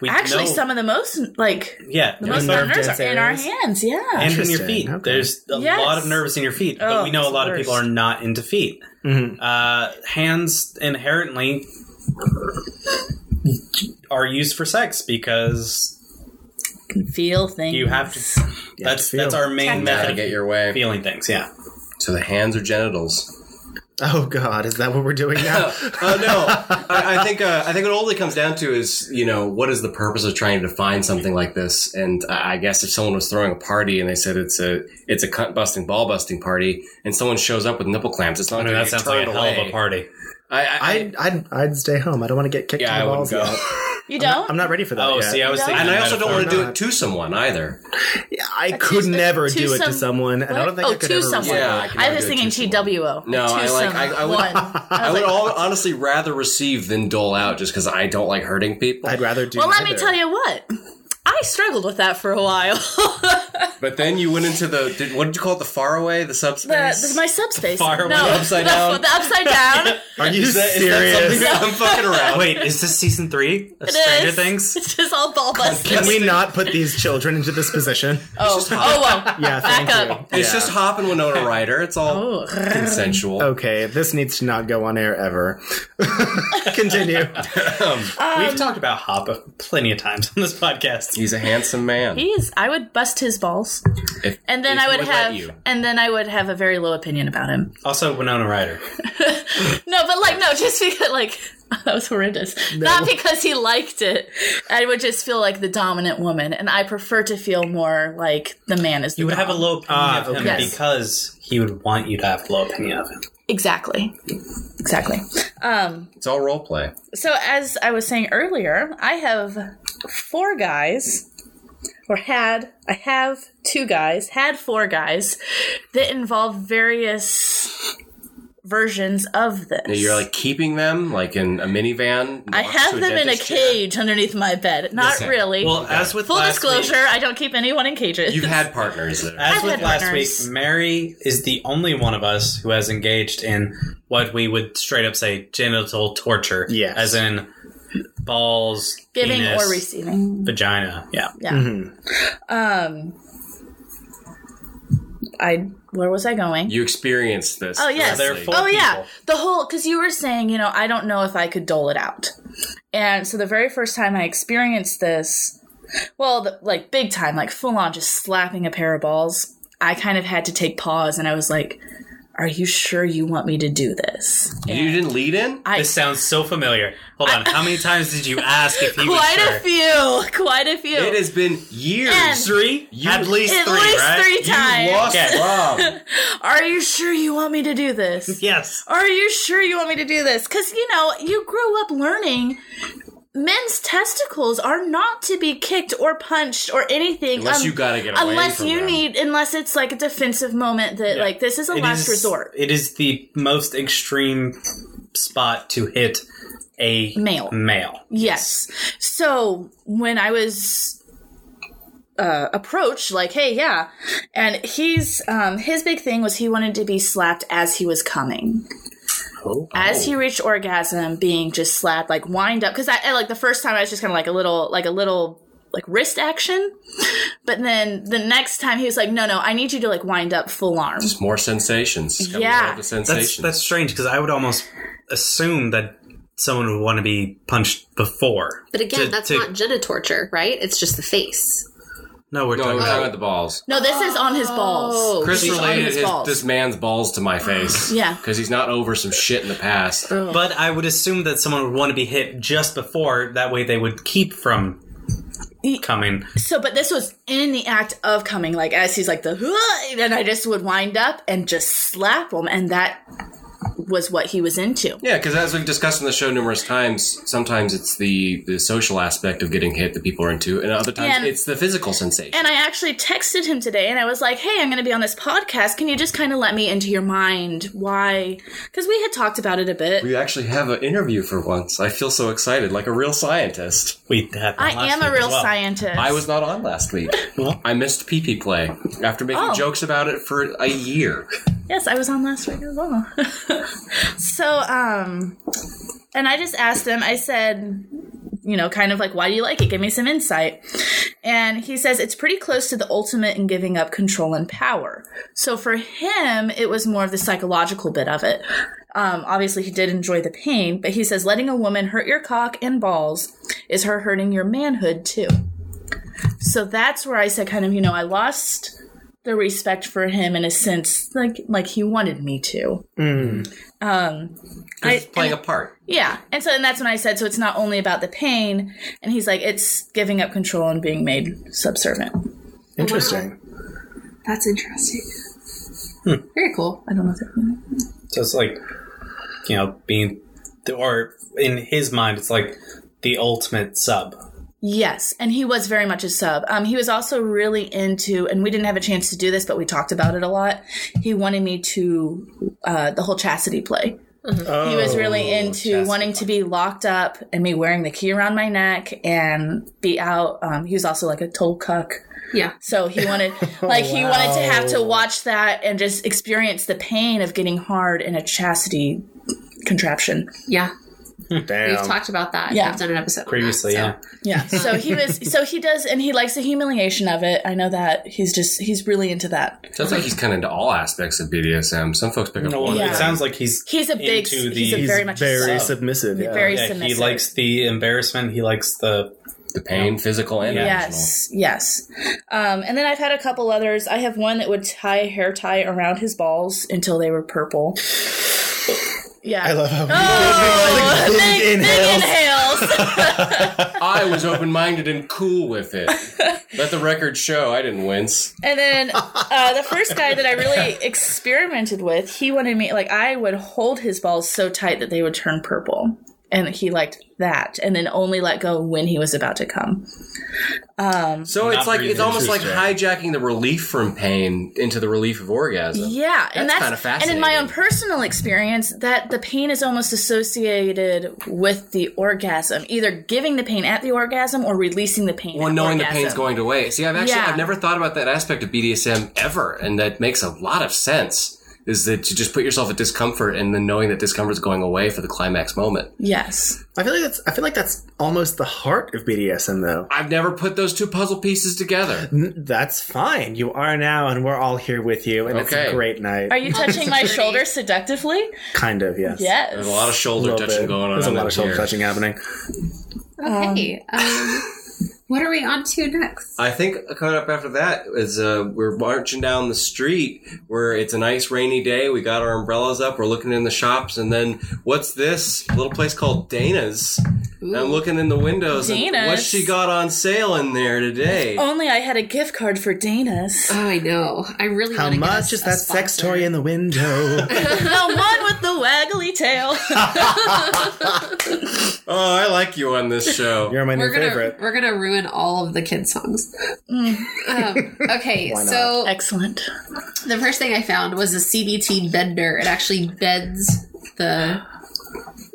S1: we
S3: Actually,
S1: know-
S3: some of the most, like,
S1: yeah,
S3: the most
S2: nerve
S3: nerves
S2: dense
S3: are in our
S2: areas.
S3: hands. Yeah.
S1: and in your
S2: Interesting,
S1: feet.
S2: okay.
S1: There's a
S3: Yes.
S1: lot of nerves in your feet, but
S3: Oh,
S1: we know a
S3: it's
S1: lot
S3: the
S1: of people are
S3: worst.
S1: not into feet. Uh, hands inherently are used for sex because
S3: Can feel things.
S1: you have to. that's
S2: feel.
S1: that's our main
S4: gotta
S1: method
S4: get
S1: of
S4: your way.
S1: feeling things. Yeah,
S4: So the hands are genitals.
S2: Oh God, is that what we're doing now?
S4: Uh, no, I, I think uh, I think what it only comes down to is you know what is the purpose of trying to define something like this? And I I guess if someone was throwing a party and they said it's a it's a cunt busting ball busting party, and someone shows up with nipple clamps, it's not
S1: I mean
S4: going
S1: that
S4: to
S1: sounds
S4: turn
S1: like a hell
S4: away.
S1: of a party.
S4: I, I, I
S2: I'd, I'd I'd stay home. I don't want to get kicked
S4: yeah,
S2: in
S4: I
S2: the
S4: wouldn't
S2: balls.
S4: go.
S2: yet.
S3: You don't?
S2: I'm not ready for that.
S1: Oh,
S2: yet.
S1: see, I was
S3: No.
S1: thinking
S4: And I
S1: that
S4: also
S1: if
S4: don't
S1: were
S4: want to do
S2: not.
S4: it to someone either.
S2: I could
S3: twos- a
S2: never do it to
S3: twosome-
S2: someone, and I don't think
S3: oh,
S2: I could
S3: to
S2: ever.
S3: someone.
S4: Yeah, I can
S3: I
S4: never
S3: was
S4: do it
S3: thinking
S4: to
S3: T W O.
S4: No, I like- I- I would-
S3: one.
S4: I,
S3: I was
S4: would
S3: like,
S4: all, honestly rather receive than dole out just because I don't like hurting people.
S2: I'd rather do.
S3: well, let me
S2: neither.
S3: tell you what. I struggled with that for a while.
S4: But then you went into the did, what did you call it? The far away, the subspace.
S3: the, my subspace.
S1: Far away,
S3: no,
S4: upside
S3: the-
S4: down.
S3: The upside down.
S2: Are you
S4: is that, is that
S2: serious?
S4: something that I'm fucking around?
S1: Wait, is this season three of
S3: It
S1: Stranger
S3: is.
S1: Things?
S3: It's just all ball busting.
S2: Can we not put these children into this position?
S3: Oh, oh, well.
S2: Yeah, thank
S3: Back
S2: you.
S3: up.
S4: It's
S2: Yeah.
S4: just Hop and Winona Ryder. It's
S3: Oh.
S4: all consensual.
S2: okay. This needs to not go on air ever. Continue.
S3: Um,
S1: We've talked about Hop plenty of times on this podcast.
S4: He's a handsome man.
S3: He's, I would bust his balls,
S4: If-
S3: and then
S4: if
S3: I
S4: he
S3: would,
S4: let
S3: have,
S4: you.
S3: and then I would have a very low opinion about him.
S1: Also, Winona Ryder.
S3: No, but like no, just because like that was horrendous. Not because he liked it. I would just feel like the dominant woman, and I prefer to feel more like the man is. The
S1: You would have a
S3: dom.
S1: low opinion of him
S3: okay. Yes.
S1: because he would want you to have a low opinion of him.
S3: exactly, exactly.
S4: It's all role play.
S3: So as I was saying earlier, I have four guys, or had I have two guys, had four guys that involve various versions of this.
S4: Yeah, You're like keeping them like in a minivan.
S3: I
S4: locked
S3: have
S4: to
S3: them in a
S4: dentist chair.
S3: cage underneath my bed. Not
S4: Listen,
S3: really.
S1: Well, as with
S3: Full
S1: last
S3: disclosure,
S1: week,
S3: I don't keep anyone in cages.
S4: You've had partners that are
S1: as
S3: I've
S1: with
S3: had
S1: last
S3: partners.
S1: week, Mary is the only one of us who has engaged in what we would straight up say genital torture.
S2: Yes.
S1: as in balls,
S3: giving
S1: penis,
S3: or receiving.
S1: vagina. Yeah,
S3: Yeah. Um I where was I going?
S4: you experienced this.
S3: Oh, yes.
S4: Leslie.
S1: Therefore-
S3: oh yeah.
S1: people.
S3: The whole cuz you were saying, you know, I don't know if I could dole it out. And so the very first time I experienced this, well, the, like big time, like full on just slapping a pair of balls, I kind of had to take pause and I was like, are you sure you want me to do this?
S4: you didn't lead in.
S3: I-
S1: this sounds so familiar. Hold on, how many times did you ask if he
S3: Quite
S1: was
S3: a few. Quite a few.
S4: It has been years.
S3: And-
S1: sure? Three,
S4: You-
S1: at least
S3: At
S1: three,
S3: least
S1: right?
S3: three
S1: You
S3: times.
S1: lost- Okay.
S4: Rob.
S3: Are you sure you want me to do this?
S1: Yes,
S3: Are you sure you want me to do this? Because, you know, you grew up learning men's testicles are not to be kicked or punched or anything.
S4: Unless
S3: um,
S4: you gotta get away
S3: Unless
S4: from
S3: you
S4: them.
S3: need, unless it's like a defensive moment that, like, this is a
S1: It
S3: Oh, last
S1: is-
S3: resort.
S1: It is the most extreme spot to hit a
S3: Male.
S1: Male.
S3: Yes. So when I was uh, approached, like, hey, yeah, and he's um, his big thing was he wanted to be slapped as he was coming. As he reached orgasm, being just slapped, like wind up, because I I- like the first time I was just kind of like a little, like a little, like wrist action, but then the next time he was like, no, no, I need you to like wind up full arm.
S4: It's more sensations. It's coming
S3: Yeah.
S4: out of The
S1: That's
S4: sensations.
S1: that's strange because I would almost assume that someone would want to be punched before.
S5: But again,
S1: To-
S5: that's
S1: to-
S5: not genital torture, right? It's just the face.
S1: No, we're
S4: no,
S1: talking
S4: we're
S1: about
S4: talking about the balls.
S3: No, this is on his balls.
S5: Oh,
S4: Chris
S3: She's on
S4: related
S3: his
S4: his,
S3: balls.
S4: this man's balls to my face.
S3: Yeah.
S4: Because he's not over some shit in the past.
S1: But I would assume that someone would want to be hit just before. That way, they would keep from coming.
S3: So, but this was in the act of coming, like as he's like the, "Huh," and I just would wind up and just slap him, and that was what he was into.
S4: Yeah, because as we've discussed on the show numerous times, sometimes it's the, the social aspect of getting hit that people are into, and other times
S3: And-
S4: it's the physical sensation.
S3: And I actually texted him today, and I was like, "Hey, I'm going to be on this podcast. Can you just kind of let me into your mind why?" Because we had talked about it a bit.
S4: we actually have an interview for once. I feel so excited, like a real scientist.
S1: We had.
S3: I am a real scientist.
S4: I was not on last week.
S1: Well.
S4: I missed pee pee play after making
S3: Oh.
S4: jokes about it for a year.
S3: Yes, I was on last week as well. so, um, and I just asked him, I said, you know, kind of like, why do you like it? Give me some insight. And he says, it's pretty close to the ultimate in giving up control and power. So for him, it was more of the psychological bit of it. Um, obviously, he did enjoy the pain, but he says, letting a woman hurt your cock and balls is her hurting your manhood too. So that's where I said, kind of, you know, I lost the respect for him in a sense, like like he wanted me to.
S4: It's playing a part.
S3: Yeah, and so and that's when I said, so it's not only about the pain, and he's like, it's giving up control and being made subservient.
S2: Interesting.
S5: that's interesting. Very cool.
S3: I don't know. If that-
S1: So it's like, you know, being, or in his mind, it's like the ultimate sub.
S3: Yes, and he was very much a sub. Um, he was also really into, and we didn't have a chance to do this, but we talked about it a lot. He wanted me to uh, the whole chastity play. he was really into
S1: chastity
S3: wanting to be locked up and me wearing the key around my neck and be out. Um, he was also like a total cuck.
S5: Yeah.
S3: So he wanted,
S2: Oh,
S3: like, he wanted to have to watch that and just experience the pain of getting hard in a chastity contraption.
S5: Yeah. We've
S2: Damn.
S5: talked about that.
S3: Yeah.
S5: We've done an episode on that,
S1: Previously,
S5: so.
S1: yeah.
S3: Yeah. So he was. So he does, and he likes the humiliation of it. I know that he's just. He's really into that.
S4: Sounds like he's kind of into all aspects of BDSM. Some folks pick up
S1: Well,
S4: one.
S3: Yeah.
S1: It sounds like he's
S3: He's a big.
S1: Into the-
S3: he's a
S1: He's
S3: very much a
S2: very
S3: sub.
S2: submissive. Yeah.
S3: Very
S1: yeah, he
S3: submissive.
S1: likes the embarrassment. He likes the
S4: The pain, physical and emotional.
S3: Yes, yes. Um, and then I've had a couple others. I have one that would tie a hair tie around his balls until they were purple. Yeah.
S2: I love how
S3: Oh,
S2: Big
S3: big, big
S2: inhales.
S3: inhales.
S4: I was open minded and cool with it. Let the record show I didn't wince.
S3: And then uh, the first guy that I really experimented with, he wanted me like I would hold his balls so tight that they would turn purple, and he liked that, and then only let go when he was about to come.
S4: So it's like it's
S1: breathing.
S4: almost like
S1: Interesting.
S4: hijacking the relief from pain into the relief of orgasm.
S3: Yeah, and
S4: That's
S3: that's
S4: kinda
S3: And in my
S4: fascinating.
S3: own personal experience, that the pain is almost associated with the orgasm, either giving the pain at the orgasm or releasing the pain.
S4: Well,
S3: at
S4: knowing
S3: orgasm.
S4: the pain's going away. See, I've actually
S3: Yeah.
S4: I've never thought about that aspect of BDSM ever, and that makes a lot of sense. Is that you just put yourself at discomfort and then knowing that discomfort's going away for the climax moment.
S3: Yes.
S2: I feel like that's I feel like that's almost the heart of BDSM though.
S4: I've never put those two puzzle pieces together.
S2: That's fine. You are now and we're all here with you and it's
S4: Okay.
S2: a great night.
S3: Are you touching my shoulder seductively?
S2: kind of, yes.
S3: Yes.
S4: There's a lot of shoulder
S2: Little
S4: touching
S2: bit.
S4: going on.
S2: There's a
S4: in
S2: lot of shoulder
S4: here.
S2: touching happening.
S5: Okay. Um, what are we on to next?
S4: I think coming up after that is uh, we're marching down the street where it's a nice rainy day. We got our umbrellas up. We're looking in the shops, and then what's this little place called Dana's? And I'm looking in the windows. and
S3: Dana's? Oh.
S4: what's she got on sale in there today?
S3: Only I had a gift card for Dana's.
S5: Oh, I know. I really
S2: How
S5: want to get
S2: much
S5: us
S2: is
S5: a
S2: that sex
S5: sponsor.
S2: toy in the window?
S3: the one with the waggly tail.
S4: Oh, I like you on this show.
S2: You're my new
S5: We're gonna
S2: favorite.
S5: we're gonna ruin all of the kid songs. um, okay,
S2: Why not?
S5: so
S3: Excellent.
S5: the first thing I found was a CBT bender. It actually bends the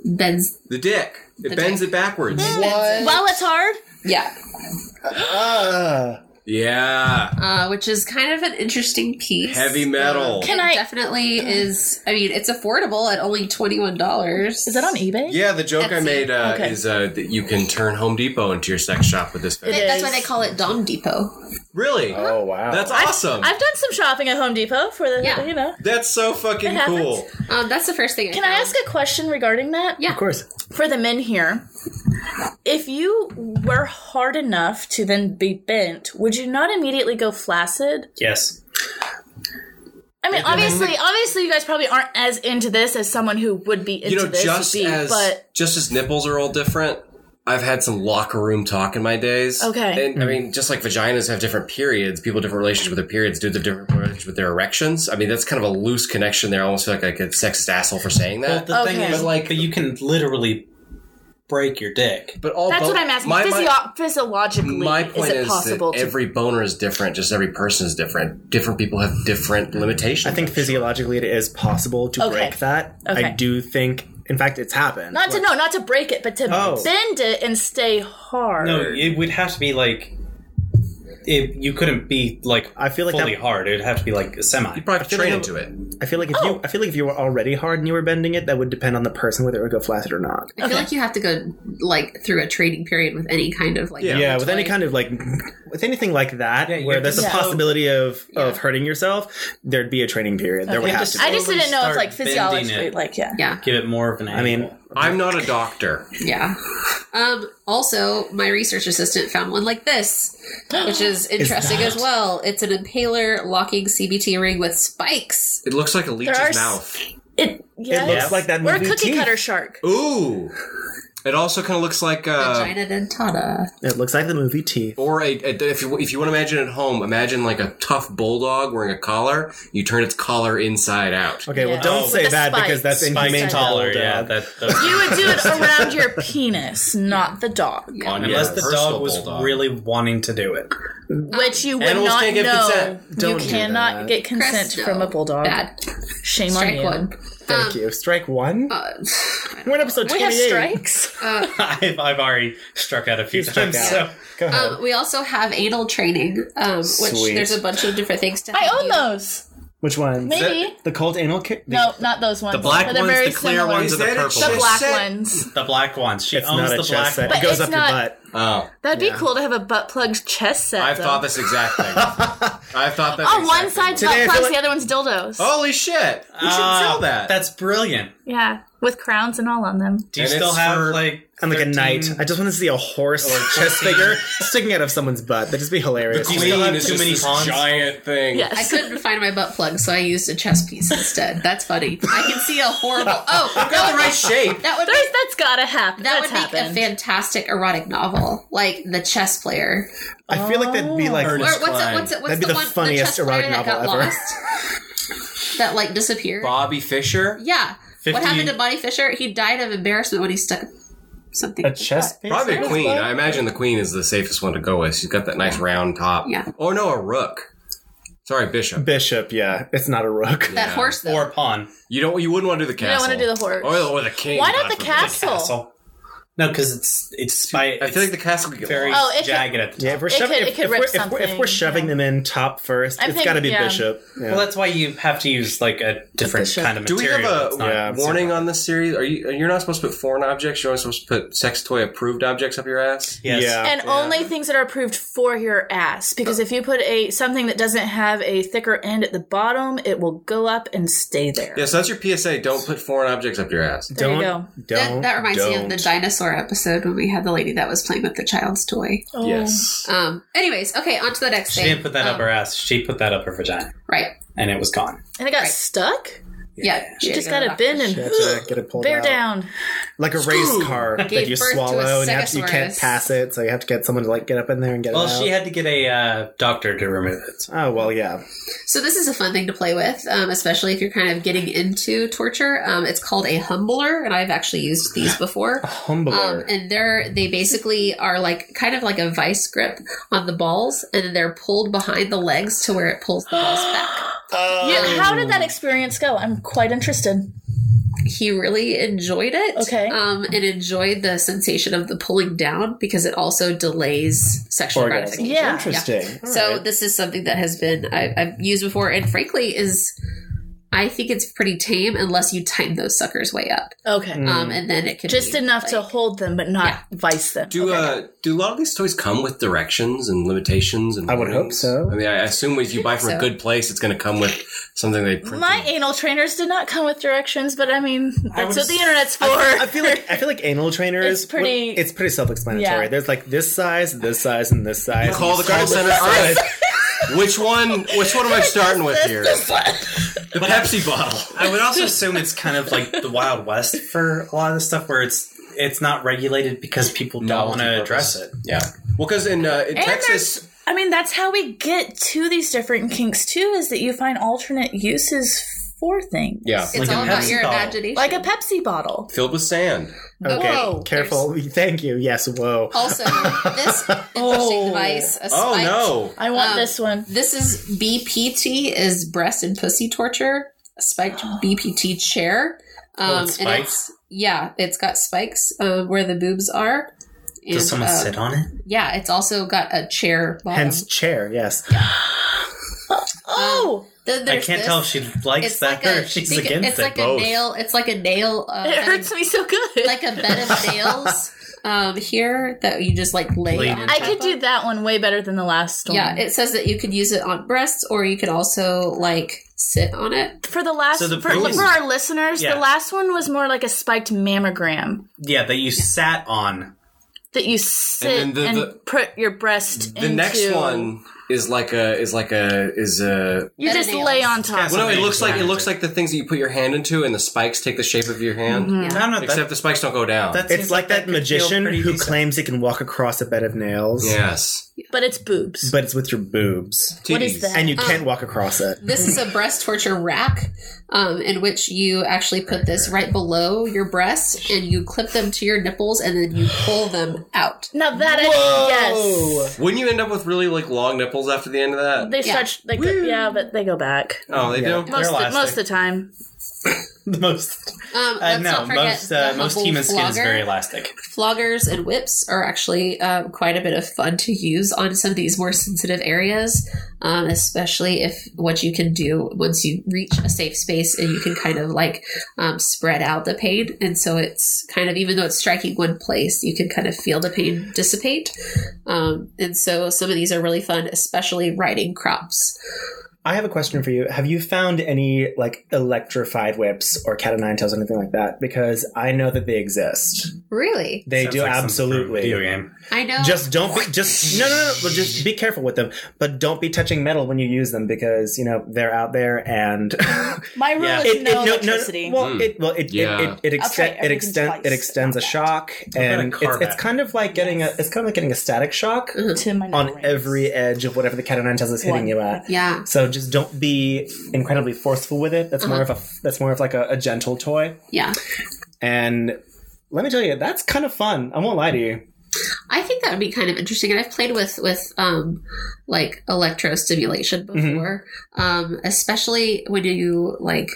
S5: bends.
S4: the dick. It
S5: The
S4: bends it backwards.
S3: Mm. Well, it's hard.
S5: Yeah,
S2: Ah.
S4: Yeah.
S5: uh, which is kind of an interesting piece.
S4: Heavy metal.
S5: It
S3: Can I-
S5: definitely is. I mean, it's affordable at only twenty one dollars.
S3: Is that on eBay?
S4: Yeah, the joke I
S5: Etsy.
S4: made uh,
S3: Okay.
S4: is uh, that you can turn Home Depot into your sex shop with this.
S3: It
S5: That's why
S3: is.
S5: they call it Dom Depot.
S4: Really?
S2: Oh wow.
S4: That's awesome.
S3: I've done some shopping at Home Depot for the,
S5: Yeah.
S3: you know.
S4: That's so fucking
S3: It happens.
S4: cool.
S5: Um, that's the first thing.
S3: Can I ask a question regarding that?
S5: Yeah.
S2: of course.
S3: for the men here, if you were hard enough to then be bent, would you not immediately go flaccid?
S1: yes.
S3: I mean, obviously, obviously, you guys probably aren't as into this as someone who would be into
S4: you know,
S3: this. would
S4: just
S3: be,
S4: as
S3: but
S4: just as nipples are all different. I've had some locker room talk in my days.
S3: Okay.
S4: and I mean, just like vaginas have different periods, people have different relationships with their periods, dudes have different relationships with their erections. I mean, that's kind of a loose connection there. I almost feel like I could sexist asshole for saying
S1: Well,
S4: that.
S1: the
S3: Okay.
S1: thing is,
S4: But, like-
S1: like, but you can literally break your dick.
S4: but all
S3: that's
S4: bo-
S3: what I'm asking.
S4: Oh, My,
S3: Physio-
S4: my,
S3: physiologically,
S4: my
S3: is
S4: point
S3: it
S4: is,
S3: possible
S4: that
S3: to?
S4: every boner is different. Just every person is different. Different people have different limitations.
S2: I think physiologically it is possible to
S3: Okay.
S2: break that. I
S3: Okay.
S2: do think in fact it's happened.
S3: not to no, not to break it, but to
S2: Oh.
S3: bend it and stay hard.
S1: No, it would have to be like. It, you couldn't be like
S2: I feel like
S1: fully
S2: that-
S1: hard. It'd have to be like semi.
S4: you probably have to train
S2: like-
S4: into it.
S2: I feel like if
S3: Oh!
S2: you I feel like if you were already hard and you were bending it, that would depend on the person whether it would go flaccid or not.
S5: I feel like you have to go like through a trading period with any kind of like
S4: Yeah.
S2: Yeah, with any
S5: toy.
S2: kind of like with anything like that
S1: you
S2: where
S1: have to
S2: there's a
S3: slow-
S2: possibility of of hurting yourself, there'd be a training period. There would
S1: You have
S2: have
S1: to
S2: to.
S3: I just
S1: slowly
S3: didn't know if
S1: start
S3: like
S1: bending
S3: physiologically,
S1: it.
S3: like yeah.
S5: yeah.
S1: Give it more of an.
S2: I mean,
S1: angle.
S4: I'm not a doctor.
S5: Yeah. Um, also, my research assistant found one like this, which is interesting as well. It's an impaler locking CBT ring with spikes.
S4: It looks like a leech's
S3: are s-
S4: mouth.
S3: It yes.
S2: it looks like that
S3: Or a
S2: movie
S3: cookie
S2: Teeth.
S3: cutter shark.
S4: Ooh, It also kind of looks like
S3: Oh.
S4: uh,
S5: Vagina dentata.
S2: It looks like the movie Teeth.
S4: or a, a if you if you want to imagine at home, imagine like a tough bulldog wearing a collar. You turn its collar inside out.
S2: Okay,
S3: Yeah.
S2: well, don't
S1: Oh.
S2: say
S3: With the
S2: that because that's
S3: spikes.
S1: Spiked
S2: inhumane
S3: Spikes.
S2: to all
S1: collar,
S2: dog.
S1: yeah. That, those-
S3: You would do it around your penis, not the dog,
S4: On your
S1: unless the
S4: personal
S1: dog was
S4: bulldog.
S1: really wanting to do it.
S3: which you would
S4: Animals
S3: not
S4: can't give
S3: know.
S4: consent.
S3: You
S2: Don't do
S3: cannot
S2: that.
S3: get consent
S5: Presto.
S3: from a bulldog.
S5: Bad.
S3: Shame on
S5: Strike
S3: you.
S5: one.
S2: Thank you. Strike one.
S5: Uh,
S2: We're in episode
S3: Um, We have
S2: 28.
S3: strikes.
S1: I've, I've already struck out a few
S2: struck
S1: times.
S2: out.
S1: So
S2: Go ahead.
S5: um, we also have anal training, um, which
S2: Sweet.
S5: there's a bunch of different things to
S3: I
S5: help
S3: own
S5: you.
S3: those.
S2: Which one?
S3: Maybe.
S2: The cold anal. Ca- the-
S3: No, not those ones.
S1: the black
S3: but
S1: ones,
S3: they're very
S1: the clear
S3: similar.
S1: ones, and the
S4: Is that a
S1: purple
S3: the
S4: chest
S1: ones.
S3: black
S4: set?
S3: ones.
S1: The black ones. She
S2: It's
S1: owns
S2: not
S1: the
S2: a
S1: black
S2: chest set.
S1: ones.
S2: It goes
S3: But
S2: up
S3: it's
S2: your
S3: not-
S2: butt.
S4: Oh,
S3: That'd be cool to have a butt plug chest set.
S4: I've
S3: though.
S4: thought this exact thing. I've thought that
S3: On
S4: exact
S3: Oh, one
S4: thing.
S3: side's
S2: Today I feel
S3: butt plugs,
S2: like-
S3: the other one's dildos.
S4: Holy shit! We should
S1: Ah,
S4: sell that.
S1: That's brilliant.
S3: Yeah, with crowns and all on them.
S1: Do you
S4: And
S1: still
S4: it's
S1: have
S4: for-
S1: like
S2: I'm like a
S1: 13
S2: knight. I just want to see a horse or
S1: Or
S2: chest
S1: 14.
S2: figure sticking out of someone's butt. That'd just be hilarious.
S1: Do you still have too many pawns?
S4: giant thing.
S5: I
S3: Yes.
S5: couldn't find my butt plug, so I used a chest piece instead. That's funny. I can see a horrible. Oh,
S4: Got the right shape.
S5: that would
S3: There's, that's gotta happen.
S5: that
S3: that's
S5: would make
S3: happened.
S5: a fantastic erotic novel, like the chess player.
S2: I feel like that'd be
S3: Oh.
S2: like
S5: Or
S1: Ernest
S5: what's it,
S1: Cline.
S5: what's it, what's
S2: That'd be
S5: the,
S2: the
S5: one,
S2: funniest
S5: the chess player
S2: erotic
S5: that got
S2: novel ever.
S5: lost? that like disappeared.
S4: Bobby Fisher.
S5: Yeah.
S1: 50
S5: What happened to Bonnie Fisher? He died of embarrassment when he stuck something.
S2: a
S5: in his
S2: chest. piece
S4: Probably
S2: out
S4: a
S2: of his
S4: queen.
S2: butt?
S4: I imagine the queen is the safest one to go with. She's got that nice round top.
S5: Yeah.
S4: Or no, a rook. Sorry, bishop.
S2: Bishop. Yeah, it's not a rook.
S5: butt. That
S4: Yeah.
S5: horse though.
S1: or a pawn
S4: You don't. You wouldn't want to do the
S3: don't
S4: castle.
S3: wanna do the horse.
S4: Or the, or the king.
S3: Why not
S4: God
S3: the
S4: forbid.
S3: castle?
S1: castle. No, because it's it's spite.
S4: I feel like the castle could get
S1: very
S4: lost.
S3: Oh, it could-
S1: jagged at the top.
S2: Yeah, if we're
S3: It
S2: shoving,
S3: could-
S2: if,
S3: it could
S2: if
S3: rip
S2: we're, if, we're, if
S3: something,
S2: we're shoving
S3: yeah.
S2: them in top 1st
S3: I'm
S2: it's got to
S3: thinking-
S2: be
S3: yeah.
S2: bishop. Yeah.
S1: Well, that's why you have to use like a different kind of
S4: Do we
S1: material.
S4: have a
S1: It's not-
S2: Yeah.
S4: warning on this series? Are you? You're not supposed to put foreign objects. You're only supposed to put sex toy approved objects up your ass.
S1: Yes.
S2: Yeah.
S3: and only things that are approved for your ass because if you put a something that doesn't have a thicker end at the bottom it will go up and stay there
S4: Yeah. So that's your PSA. Don't put foreign objects up your ass.
S3: there
S2: don't,
S3: you go
S5: That,
S2: don't.
S5: that reminds me of the
S2: don't.
S5: dinosaur episode when we had the lady that was playing with the child's toy.
S3: oh.
S4: Yes.
S5: Um. Anyways, okay, on to the next
S1: She
S5: thing.
S1: didn't put that
S5: um,
S1: up her ass. She put that up her vagina,
S5: Right.
S1: and it was gone.
S3: and it got
S5: Right.
S3: stuck
S5: Yeah. she
S3: you
S5: had
S3: just
S5: to go to
S3: gotta
S5: the
S3: bend
S5: doctor.
S3: and
S2: You have to get it pulled
S3: bear
S2: out.
S3: down
S2: Like a race car that
S5: Gave
S2: you
S5: birth to a
S2: swallow and you, have to, you can't
S5: stegosaurus.
S2: pass it, so you have to get someone to like get up in there and get
S1: Well,
S2: it out.
S1: she had to get a uh, doctor to remove it. So.
S2: oh well, yeah.
S5: So this is a fun thing to play with, um, especially if you're kind of getting into torture. Um, it's called a humbler, and I've actually used these before. Um,
S2: Humbler.
S5: and they're they basically are like kind of like a vice grip on the balls, and then they're pulled behind the legs to where it pulls the balls back.
S2: Uh,
S3: yeah, how did that experience go i'm quite interested
S5: He really enjoyed it,
S3: Okay.
S5: um, and enjoyed the sensation of the pulling down because it also delays sexual
S2: Orgasm.
S5: gratification.
S3: Yeah.
S2: Interesting. All
S5: So
S2: right.
S5: this is something that has been I, I've used before, and frankly, is I think it's pretty tame unless you time those suckers way up,
S3: okay
S5: um, and then it can
S3: just
S5: be,
S3: enough to
S5: like-
S3: hold them but not vice them
S4: Do uh do a lot of these toys come with directions and limitations and
S2: I would hope
S4: warnings?
S2: so.
S4: I mean, I assume if you buy from a
S5: so.
S4: good place, it's going to come with something they print.
S3: my anal trainers did not come with directions but i mean that's
S1: would
S3: what the
S1: s-
S3: internet's for
S2: I feel like I feel like anal trainers.
S3: It's pretty-
S2: It's pretty self-explanatory.
S3: Yeah.
S2: There's like this size, this size, and this size.
S4: Call the call center. All right, which one? Which one am I starting with here? The Pepsi bottle.
S1: I would also assume it's kind of like the Wild West for a lot of the stuff where it's it's not regulated because people don't want to address it.
S4: Yeah. Well, because in uh, in Texas,
S3: I mean, that's how we get to these different kinks too, is that you find alternate uses for things.
S4: yeah,
S5: It's
S1: Like a
S5: all about
S1: Pepsi
S5: your
S1: bottle.
S5: imagination.
S3: Like a Pepsi bottle.
S4: filled with sand.
S2: Okay,
S3: Whoa,
S2: careful. Thank you. Yes. Whoa.
S5: Also, this interesting
S3: Oh.
S5: device. A
S4: Oh
S5: spiked-
S4: no!
S3: I want
S5: Um,
S3: this one.
S5: This is BPT is breast and pussy torture. A spiked BPT chair. Um,
S1: it's
S5: and it's yeah, it's got spikes uh, where the boobs are. And,
S1: Does someone
S5: uh,
S1: sit on it?
S5: Yeah, it's also got a chair. Bottom.
S2: Hence chair. Yes.
S3: Oh,
S5: Th-
S1: I
S5: there's
S1: can't
S5: this.
S1: tell if she likes
S5: It's
S1: that
S5: like a,
S1: or if she's
S5: think it-
S1: against
S5: it's
S1: it.
S5: like
S1: both.
S5: a nail. It's like a nail. Uh,
S3: Oh, it
S5: bed
S3: hurts
S5: of-
S3: me so good.
S5: like a bed of nails um, here that you just like lay.
S1: Lay
S5: on
S1: in.
S5: top
S3: I could
S5: of.
S3: do that one way better than the last one.
S5: Yeah, it says that you could use it on breasts, or you could also like sit on it.
S3: for the last
S1: So the
S3: for,
S1: boobs-
S3: for our listeners,
S1: Yeah.
S3: the last one was more like a spiked mammogram
S1: yeah, that you sat on.
S3: that you sit
S4: And
S3: and,
S4: then the- the-
S3: put your breast
S4: The next one is like a is like a is a.
S3: You just
S5: Editing.
S3: lay on top.
S1: Yes.
S4: Well, no, it
S1: amazing.
S4: looks like it looks like the things that you put your hand into, and the spikes take the shape of your hand.
S5: Mm-hmm.
S1: No, no, that,
S4: Except the spikes don't go down.
S1: that seems
S2: It's like that
S1: could feel
S2: magician
S1: pretty
S2: who
S1: decent.
S2: claims he can walk across a bed of nails,
S4: yes.
S3: But it's boobs.
S2: but it's with your boobs,
S5: What is
S4: Titties.
S5: that?
S2: and you can't walk across it.
S5: This is a breast torture rack, um, in which you actually put this right below your breasts, and you clip them to your nipples, and then you pull them out.
S3: Now that I yes.
S4: Wouldn't you end up with really like long nipples after the end of that?
S3: They stretch like the- yeah, but they go back.
S4: oh, they
S2: Yeah.
S4: do.
S3: Most of,
S1: elastic.
S3: most of the time.
S2: The most.
S1: Uh,
S5: Um, let's
S1: no,
S5: not forget
S1: most uh,
S5: the
S1: most
S5: Hubble
S1: human skin is
S5: flogger.
S1: very elastic.
S5: Floggers and whips are actually um, quite a bit of fun to use on some of these more sensitive areas, um, especially if what you can do once you reach a safe space and you can kind of like um, spread out the pain. And so it's kind of, even though it's striking one place, you can kind of feel the pain dissipate. Um, and so some of these are really fun, especially riding crops.
S2: I have a question for you. Have you found any like electrified whips or cat o' nine tails or anything like that? Because I know that they exist.
S5: Really?
S2: They
S1: Sounds
S2: do
S1: like something from a
S2: absolutely.
S1: Video game.
S5: I know.
S2: Just don't be, just no no no. But just be careful with them. But don't be touching metal when you use them because you know they're out there and
S6: My rule
S1: Yeah.
S6: is no electricity.
S2: Well, it well it
S4: Yeah.
S2: it it, it,
S6: I'll try
S2: extend, it
S6: everything
S2: extend it
S6: twice.
S2: extends a shock
S1: about a
S2: and
S1: car
S2: it's, it's
S1: battery?
S2: kind of like getting a it's kind of like getting a static shock
S6: to my
S2: on
S6: neurons.
S2: every edge of whatever the cat o' nine tails is hitting
S6: One.
S2: you at.
S5: yeah.
S2: So just don't be incredibly forceful with it. That's
S6: Uh-huh.
S2: more of a that's more of like a, a gentle toy.
S5: Yeah.
S2: And let me tell you, that's kind of fun. I won't lie to you.
S5: I think that would be kind of interesting. And I've played with with um, like electrostimulation before, um, especially when you like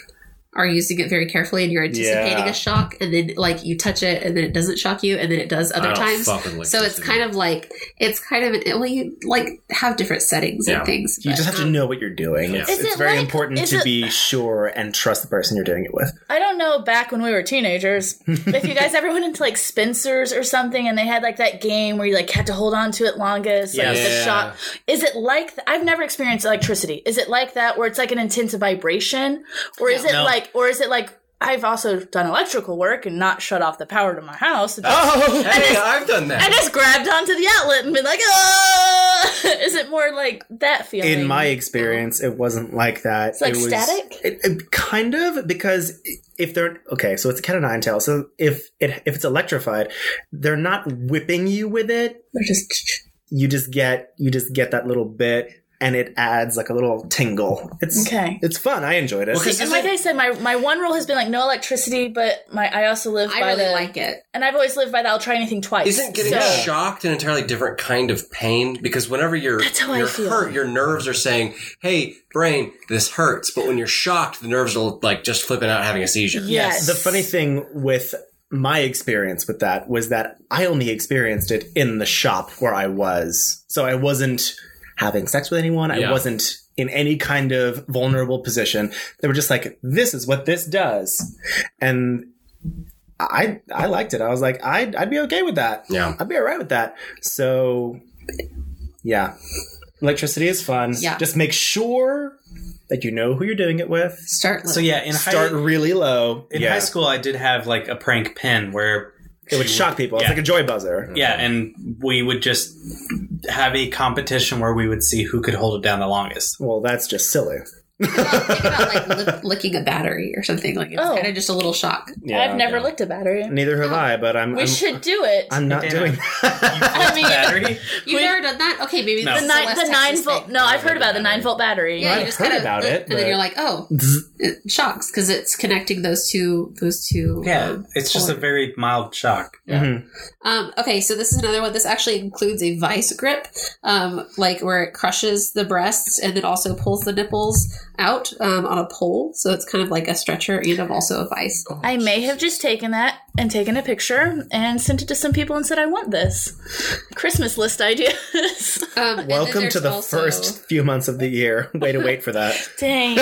S5: are using it very carefully and you're anticipating
S2: Yeah.
S5: a shock, and then like you touch it and then it doesn't shock you, and then it does other
S4: don't
S5: times.
S4: Oh, fuck with
S5: So it's
S4: electricity.
S5: kind of like it's kind of an, well, you like have different settings
S4: Yeah.
S5: and things.
S2: You
S5: but,
S2: just have to
S5: um,
S2: know what you're doing. It's,
S4: Is
S2: it's
S3: it
S2: very
S3: like-
S2: important
S3: is
S2: to
S3: it-
S2: be sure and trust the person you're doing it with.
S3: I don't know back when we were teenagers. if you guys ever went into like Spencer's or something and they had like that game where you like had to hold on to it longest, like
S1: Yes.
S3: the shock. Is it like th- I've never experienced electricity. Is it like that where it's like an intense vibration? Or is it
S1: No.
S3: like or is it like I've also done electrical work and not shut off the power to my house. and just-
S2: Oh,
S4: Hey, I've done that.
S3: I just grabbed onto the outlet and been like, oh! Is it more like that feeling?
S2: in my experience, it wasn't like that. It's
S3: like
S2: it was,
S3: static?
S2: It, it- kind of because if they're okay, so it's a cat o' nine tail. So if it if it's electrified, they're not whipping you with it.
S3: Or just
S2: You just get you just get that little bit, and it adds like a little tingle. It's
S3: okay.
S2: It's fun. I enjoyed it.
S4: Well, 'cause
S3: And
S4: it's
S3: like
S4: like-
S3: I said, my, my one rule has been like no electricity, but my I also live
S5: I
S3: by
S5: really
S3: the
S5: like it.
S3: and I've always lived by the I'll try anything twice.
S4: Isn't getting
S3: so,
S4: shocked an entirely different kind of pain? Because whenever you're
S3: That's how I
S4: you're
S3: feel.
S4: hurt, your nerves are saying, "Hey, brain, this hurts." But when you're shocked, the nerves are like just flipping out, having a seizure.
S3: Yes.
S2: the funny thing with my experience with that was that I only experienced it in the shop where I was. So I wasn't having sex with anyone.
S4: Yeah.
S2: I wasn't in any kind of vulnerable position. They were just like, this is what this does. And I I liked it. I was like, I'd, I'd be okay with that.
S4: Yeah.
S2: I'd be all right with that. So, yeah. Electricity is fun.
S5: Yeah.
S2: Just make sure that you know who you're doing it with.
S5: start.
S1: So yeah, in
S2: Start
S1: high
S2: really low.
S1: in
S2: Yeah.
S1: high school, I did have like a prank pin where
S2: It would shock people. It's
S1: Yeah.
S2: like a joy buzzer.
S1: yeah, and we would just have a competition where we would see who could hold it down the longest.
S2: Well, that's just silly.
S5: think about like lick, licking a battery or something like it's
S3: Oh.
S5: kind of just a little shock.
S2: Yeah,
S3: I've never licked a battery.
S2: Neither have I, but I'm.
S3: we
S2: I'm,
S3: should do it.
S2: I'm not
S1: Dana.
S2: doing. That.
S3: I mean,
S1: Battery?
S5: You've
S3: We-
S5: never done that? Okay, maybe
S1: No.
S5: this
S3: the
S5: is
S3: nine
S5: West
S3: the nine
S5: Texas
S3: volt.
S5: thing.
S3: No, I've heard about the nine volt battery.
S5: Yeah,
S2: I've
S5: you just
S2: heard
S5: kind of
S2: about it,
S5: and then you're
S2: but-
S5: like, oh, it shocks because it's connecting those two. Those two.
S1: Yeah,
S5: um,
S1: it's just a very mild shock.
S2: Mhm.
S5: Um, okay, so this is another one. This actually includes a vice grip, um, like where it crushes the breasts and then also pulls the nipples out um, on a pole. So it's kind of like a stretcher and of also a vice. Um,
S3: I may have just taken that and taken a picture and sent it to some people and said, I want this. Christmas list ideas.
S5: Um, and then
S2: Welcome to
S5: there's
S2: the
S5: also-
S2: first few months of the year. Way to wait for that.
S3: Dang.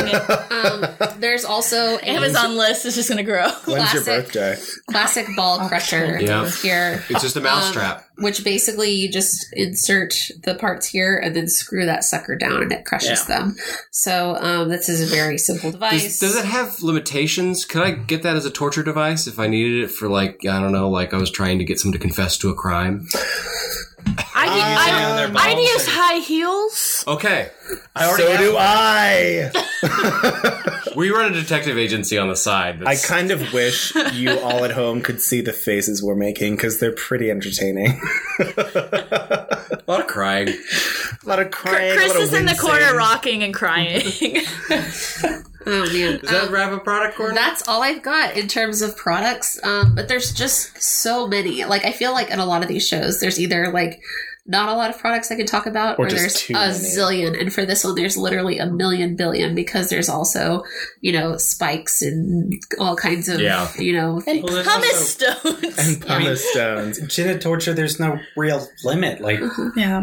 S5: Um, there's also a
S3: Amazon list is just going to grow.
S2: When's your
S5: Classic.
S2: birthday?
S5: classic ball crusher
S4: Yeah.
S5: here.
S4: It's just a
S3: Um,
S4: mousetrap.
S5: which basically you just insert the parts here and then screw that sucker down and it crushes them. So um, this is a very simple device.
S4: does, does it have limitations? Could
S2: Mm-hmm.
S4: I get that as a torture device if I needed it for like I don't know, like I was trying to get someone to confess to a crime?
S3: I
S1: Like using
S3: I-
S1: their
S3: I'd
S1: balls
S3: use
S1: or-
S3: high heels.
S4: Okay. I already
S2: So
S4: have
S2: do
S4: one.
S2: I.
S4: We run a detective agency on the side.
S2: I
S4: that's-
S2: kind of wish you all at home could see the faces we're making because they're pretty entertaining.
S4: a lot of crying.
S2: a lot of crying.
S3: Chris
S2: a lot of
S3: is in the
S2: wincing.
S3: corner rocking and crying.
S5: Oh man.
S4: Does that wrap up product corner?
S5: That's all I've got in terms of products. Um, but there's just so many. Like I feel like in a lot of these shows, there's either like not a lot of products I can talk about,
S2: Or
S5: or,
S2: just
S5: there's
S2: too
S5: a
S2: many.
S5: zillion. And for this one, there's literally a million billion because there's also you know spikes and all kinds of
S4: Yeah.
S5: you know.
S3: and
S1: Well, that's
S3: pumice stones.
S2: And pumice stones.
S1: Genital torture. There's no real limit. Like
S3: yeah.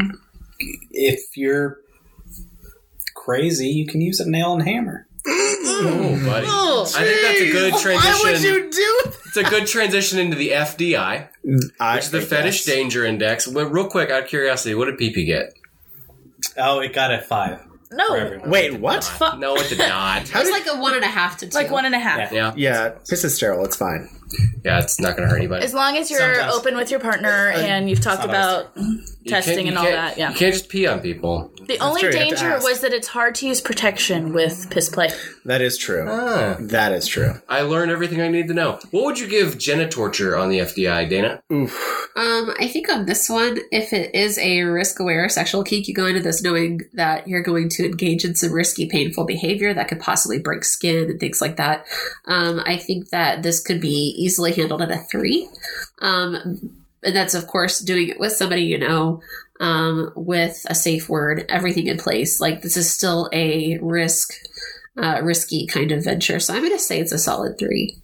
S1: if you're crazy, you can use a nail and hammer.
S4: Oh, buddy. I think that's a good transition.
S2: Why would you do
S4: It's a good transition into the FDI,
S2: I,
S4: which is the Fetish Danger Index. Well, real quick, out of curiosity, what did PP get?
S1: Oh, it got a five.
S3: No.
S1: for everyone.
S2: Wait, what?
S4: No, it did not.
S5: It's like a one and a half to two.
S3: Like one and a half.
S1: Yeah.
S4: Yeah,
S2: Yeah, piss is sterile. It's fine.
S4: yeah, it's not going to hurt anybody.
S3: As long as you're
S1: Sometimes.
S3: open with your partner
S2: Uh,
S3: and you've talked about
S4: You can't-
S3: testing
S4: you
S3: and all
S4: can't-
S3: that. Yeah.
S4: you can't just pee on people.
S3: The only
S2: true, you have to
S3: danger
S2: ask.
S3: was that it's hard to use protection with piss play.
S2: That is true.
S4: Ah.
S2: That is true.
S4: I learned everything I need to know. What would you give genitorture on the FDI, Dana?
S5: Um, I think on this one, if it is a risk aware sexual kink, you go into this knowing that you're going to engage in some risky, painful behavior that could possibly break skin and things like that. Um, I think that this could be easily handled at a three. Um, and that's, of course, doing it with somebody you know, um, with a safe word, everything in place. Like, this is still a risk, uh, risky kind of venture. So I'm going to say it's a solid three.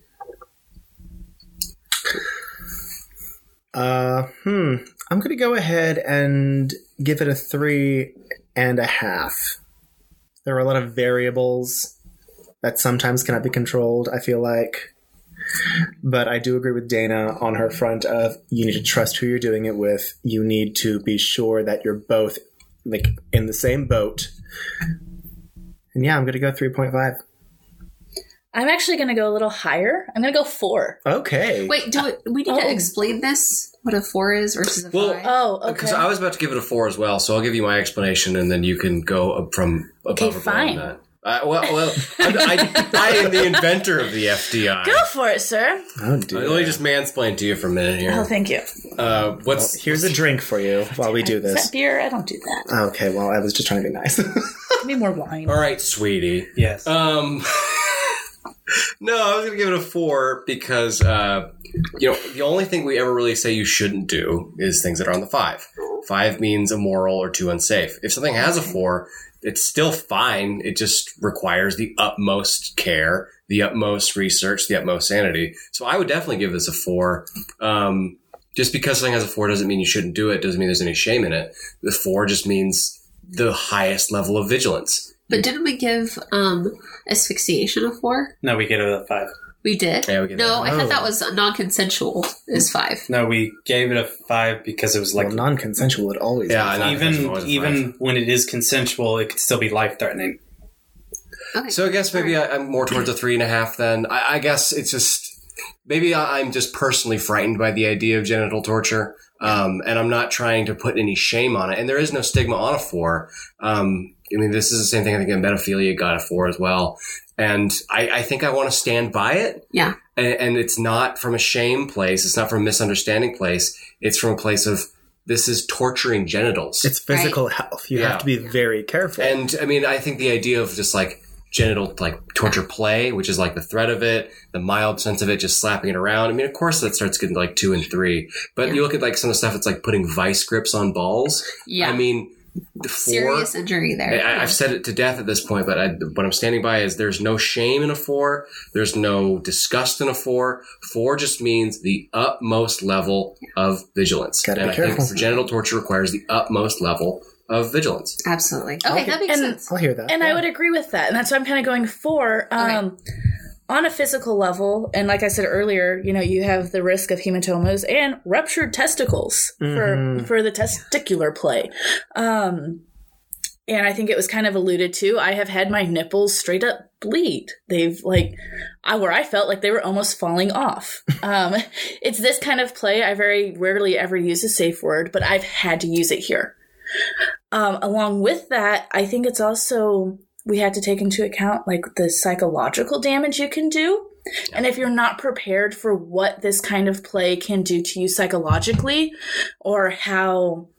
S2: Uh, hmm. I'm gonna go ahead and give it a three and a half. There are a lot of variables that sometimes cannot be controlled. I feel like, but I do agree with Dana on her front of you need to trust who you're doing it with. You need to be sure that you're both like in the same boat. And yeah, I'm gonna go three point five.
S3: I'm actually going to go a little higher. I'm going to go four.
S2: Okay.
S5: Wait, do it, we need
S3: Oh.
S5: to explain this? What a four is versus a
S4: Well,
S5: five?
S3: Oh,
S2: Uh,
S3: okay.
S4: Because I was about to give it a four as well, so I'll give you my explanation, and then you can go up from above
S3: Okay,
S4: or below
S3: fine.
S4: that. I, well, well I'm- I, I am the inventor of the FDI.
S3: go for it, sir.
S2: Oh
S4: Let me
S2: dear.
S4: just mansplain to you for a minute
S3: Oh,
S4: here.
S3: thank you.
S4: Uh, what's
S2: Here's a drink for you while we do
S3: Is
S2: this.
S3: that beer? I don't do that.
S2: Okay, well, I was just trying to be nice.
S3: Give me more wine.
S4: all right, sweetie?
S1: Yes.
S4: Um, no, I was gonna give it a four because uh, you know the only thing we ever really say you shouldn't do is things that are on the five. Five means immoral or too unsafe. If something has a four, it's still fine. It just requires the utmost care, the utmost research, the utmost sanity. So I would definitely give this a four. Um, just because something has a four doesn't mean you shouldn't do it. Doesn't mean there's any shame in it. The four just means the highest level of vigilance.
S5: But didn't we give um asphyxiation a four?
S1: no, we gave it a five.
S5: We did.
S4: Yeah, we gave
S5: no,
S4: that-
S5: I
S2: Oh.
S5: thought that was non-consensual. Is five?
S1: No, we gave it a five because it was like
S2: well, non-consensual would always.
S4: Yeah, I know.
S1: even
S4: Always a five.
S1: even when it is consensual, it could still be life threatening.
S5: Okay.
S4: So I guess maybe I, I'm more towards a three and a half. Then I, I guess it's just maybe I, I'm just personally frightened by the idea of genital torture, um, and I'm not trying to put any shame on it. And there is no stigma on a four. Um, I mean, this is the same thing. I think in pedophilia got a four as well, and I, I think I want to stand by it
S5: yeah.
S4: and, and it's not from a shame place. It's not from a misunderstanding place. It's from a place of this is torturing genitals.
S2: It's physical health. You
S4: Yeah.
S2: have to be very careful.
S4: and I mean, I think the idea of just like genital like torture play, which is like the threat of it, the mild sense of it, just slapping it around. I mean, of course, that starts getting like two and three. But you look at like some of the stuff that's like putting vice grips on balls.
S5: Yeah.
S4: I mean, the four.
S5: Serious injury there.
S4: I, I- I've said it to death at this point, but I, what I'm standing by is there's no shame in a four. There's no disgust in a four. Four just means the utmost level of vigilance.
S2: Gotta be
S4: and I
S2: careful.
S4: think genital torture requires the utmost level of vigilance.
S5: Absolutely. Okay, that makes
S3: And-
S5: sense.
S2: I'll hear that.
S3: And I would agree with that. And that's why I'm kind of going for um, on a physical level. And like I said earlier, you know, you have the risk of hematomas and ruptured testicles for for the testicular play. Um, and I think it was kind of alluded to. I have had my nipples straight up bleed. They've like, I, where I felt like they were almost falling off. Um, it's this kind of play. I very rarely ever use a safe word, but I've had to use it here. Um, along with that, I think it's also we had to take into account like the psychological damage you can do. And if you're not prepared for what this kind of play can do to you psychologically or how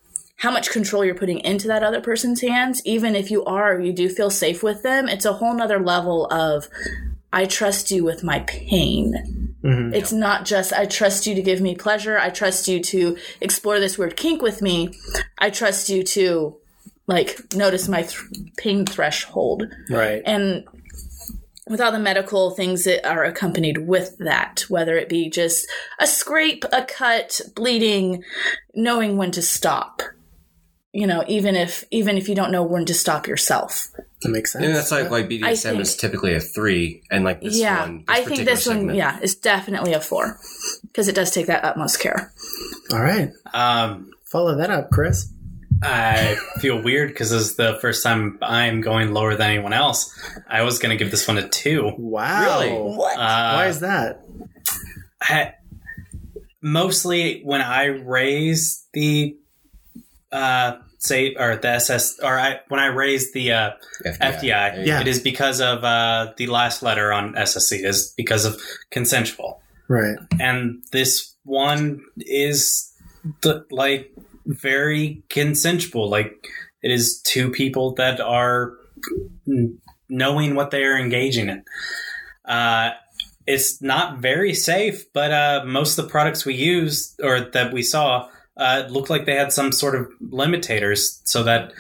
S3: how much control you're putting into that other person's hands, even if you are you do feel safe with them, it's a whole nother level of I trust you with my pain.
S2: Mm-hmm.
S3: It's not just I trust you to give me pleasure, I trust you to explore this weird kink with me. I trust you to like notice my th- pain threshold
S2: Right.
S3: and with all the medical things that are accompanied with that, whether it be just a scrape, a cut, bleeding, knowing when to stop. You know, even if even if you don't know when to stop yourself.
S2: That makes sense.
S4: And that's like why
S3: I
S4: BDSM
S3: think-
S4: is typically a three, and like this
S3: yeah,
S4: one, this
S3: I think
S4: particular
S3: this one,
S4: segment.
S3: yeah, is definitely a four because it does take that utmost care.
S2: All right.
S1: Um,
S2: Follow that up, Chris.
S1: I feel weird because this is the first time I'm going lower than anyone else. I was going to give this one a two.
S2: Wow.
S1: Uh,
S2: Why is that?
S1: I, mostly when I raise the uh, say or the SS or I, when I raise the uh,
S4: FDI.
S1: FDI,
S2: Yeah.
S1: it is because of uh, the last letter on SSC is because of consensual,
S2: Right.
S1: and this one is the, like very consensual. Like it is two people that are n- knowing what they are engaging in. Uh, it's not very safe, but uh, most of the products we used or that we saw uh, looked like they had some sort of limitators so that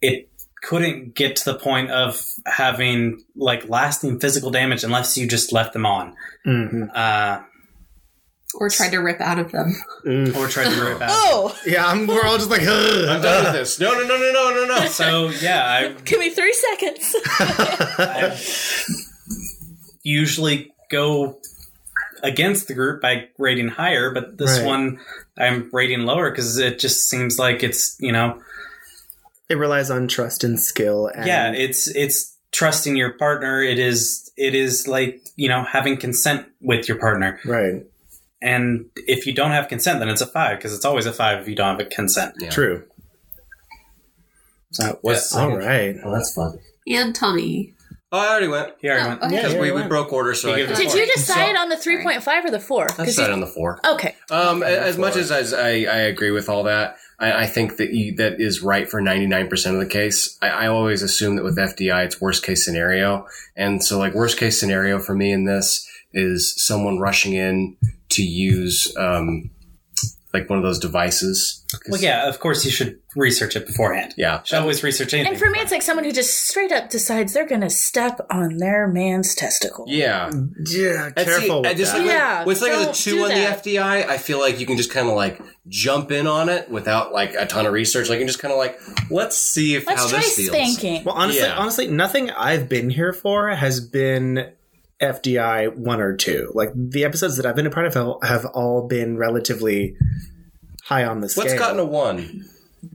S1: it couldn't get to the point of having like lasting physical damage unless you just left them on
S2: Mm-hmm.
S1: uh,
S5: or tried to rip out of them.
S2: Mm.
S1: or tried to rip out.
S3: Oh,
S2: Yeah, I'm, we're all just like, Ugh,
S4: I'm done with this. No, no, no, no, no, no, no.
S1: So yeah,
S3: give me three seconds.
S1: I, I usually go against the group by rating higher, but this
S2: Right.
S1: one I'm rating lower because it just seems like it's you know
S2: It relies on trust and skill. And
S1: yeah it's it's trusting your partner. It is it is like you know having consent with your partner,
S2: right.
S1: and if you don't have consent, then it's a five because it's always a five if you don't have a consent.
S4: Yeah.
S2: True.
S1: So what's
S4: Yeah.
S2: All right.
S4: Oh, that's fun.
S5: And Tommy.
S4: Oh, I already went
S1: here? I
S5: Oh,
S1: went,
S5: okay.
S4: because
S2: Yeah,
S4: we,
S2: yeah,
S4: we
S2: yeah.
S4: broke order. So
S1: You
S4: I
S1: give it
S4: can-
S1: a
S3: Did
S1: four.
S3: you decide on the three point five or the four?
S4: I
S3: Because
S4: decided on the four.
S3: okay,
S4: Um, a- as much as, as I, I agree with all that, I, I think that you, that is right for 99% of the case. I, I always assume that with FDI, it's worst case scenario. And so, like, worst case scenario for me in this is someone rushing in to use, um, like one of those devices. 'Cause-
S1: Well, yeah, of course you should research it beforehand.
S4: Yeah.
S1: should always research anything.
S3: and for me, it's like someone who just straight up decides they're going to step on their man's testicle.
S4: Yeah.
S2: Yeah,
S4: And see,
S2: careful
S4: I
S2: with
S4: just
S2: that.
S4: Like,
S3: Yeah,
S4: when it's like the
S3: don't
S4: two
S3: do
S4: on
S3: that.
S4: the FDI, I feel like you can just kind of like jump in on it without like a ton of research. Like, you can just kind of like, let's see if
S3: Let's
S4: how
S3: try
S4: this feels.
S3: spanking.
S2: Well, honestly,
S4: Yeah.
S2: honestly, nothing I've been here for has been FDI one or two. Like the episodes that I've been a part of have, have all been relatively high on the scale.
S4: What's gotten a one?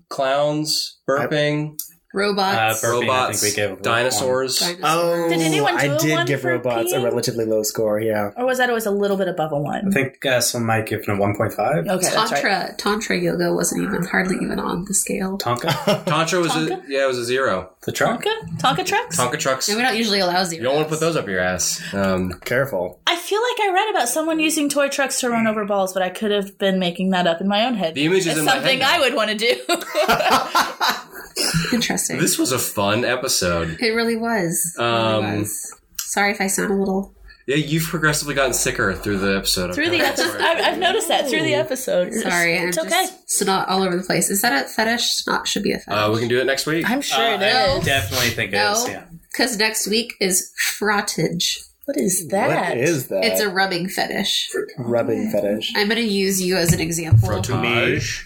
S4: Clowns, burping,
S1: uh,
S5: Robots.
S1: burping, I
S4: robots,
S1: think we gave one.
S4: dinosaurs.
S2: Oh,
S3: Did anyone do
S2: I
S3: a
S2: did
S3: one
S2: give
S3: for
S2: robots a
S3: peeing?
S2: relatively low score. Yeah,
S3: Or was that always a little bit above a
S1: I
S3: one?
S1: think uh, someone might give it a one point five.
S3: Okay, that's right.
S5: Tantra Tantra yoga wasn't even hardly even on the scale.
S1: Tonka,
S4: Tantra was a yeah, it was a zero.
S1: the trunk.
S3: Tonka, Tonka trucks.
S4: Tonka trucks.
S5: And we don't usually allow
S4: You
S5: zero.
S4: don't want to put those up your ass. Um,
S2: careful.
S3: I feel like I read about someone using toy trucks to run over balls, but I could have been making that up in my own head.
S4: Mm. The image is
S3: it's
S4: in my head
S3: something
S4: now.
S3: I would want to do.
S5: Interesting.
S4: this was a fun episode.
S5: it really was. It really
S4: Um,
S5: was. Sorry if I sound a little.
S4: Yeah, you've progressively gotten sicker through the episode.
S3: through the episode, I've, I've noticed that through the episode.
S5: Sorry,
S3: it's
S5: I'm
S3: okay.
S5: Just, so not all over the place. Is that a fetish? Not should be a
S4: Uh,
S5: fetish.
S4: we can do it next week.
S3: I'm sure
S5: Uh,
S3: it
S1: Uh, I
S3: is.
S1: definitely think it is. Yeah.
S5: Because next week is frottage.
S3: What is that?
S2: What is that?
S5: It's a rubbing fetish.
S2: rubbing fetish.
S5: I'm going to use you as an example.
S4: Frotage.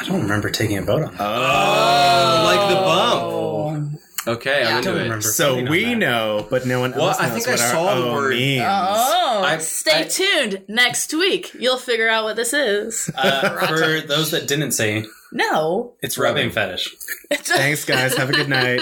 S1: I don't remember taking a vote on that.
S4: Oh, like the bump. Okay,
S5: Yeah.
S4: I'm
S1: I don't
S4: into it.
S1: remember
S2: So
S1: voting on
S2: we
S1: that.
S2: know, but no one
S4: Well,
S2: else
S4: I
S2: knows
S4: think I
S2: what our
S4: saw the
S2: O
S4: word-
S2: means.
S3: Oh,
S4: I-
S3: stay
S4: I-
S3: tuned. Next week, you'll figure out what this is.
S1: Uh, for those that didn't say,
S3: No.
S1: it's rubbing fetish.
S2: Thanks, guys. Have a good night.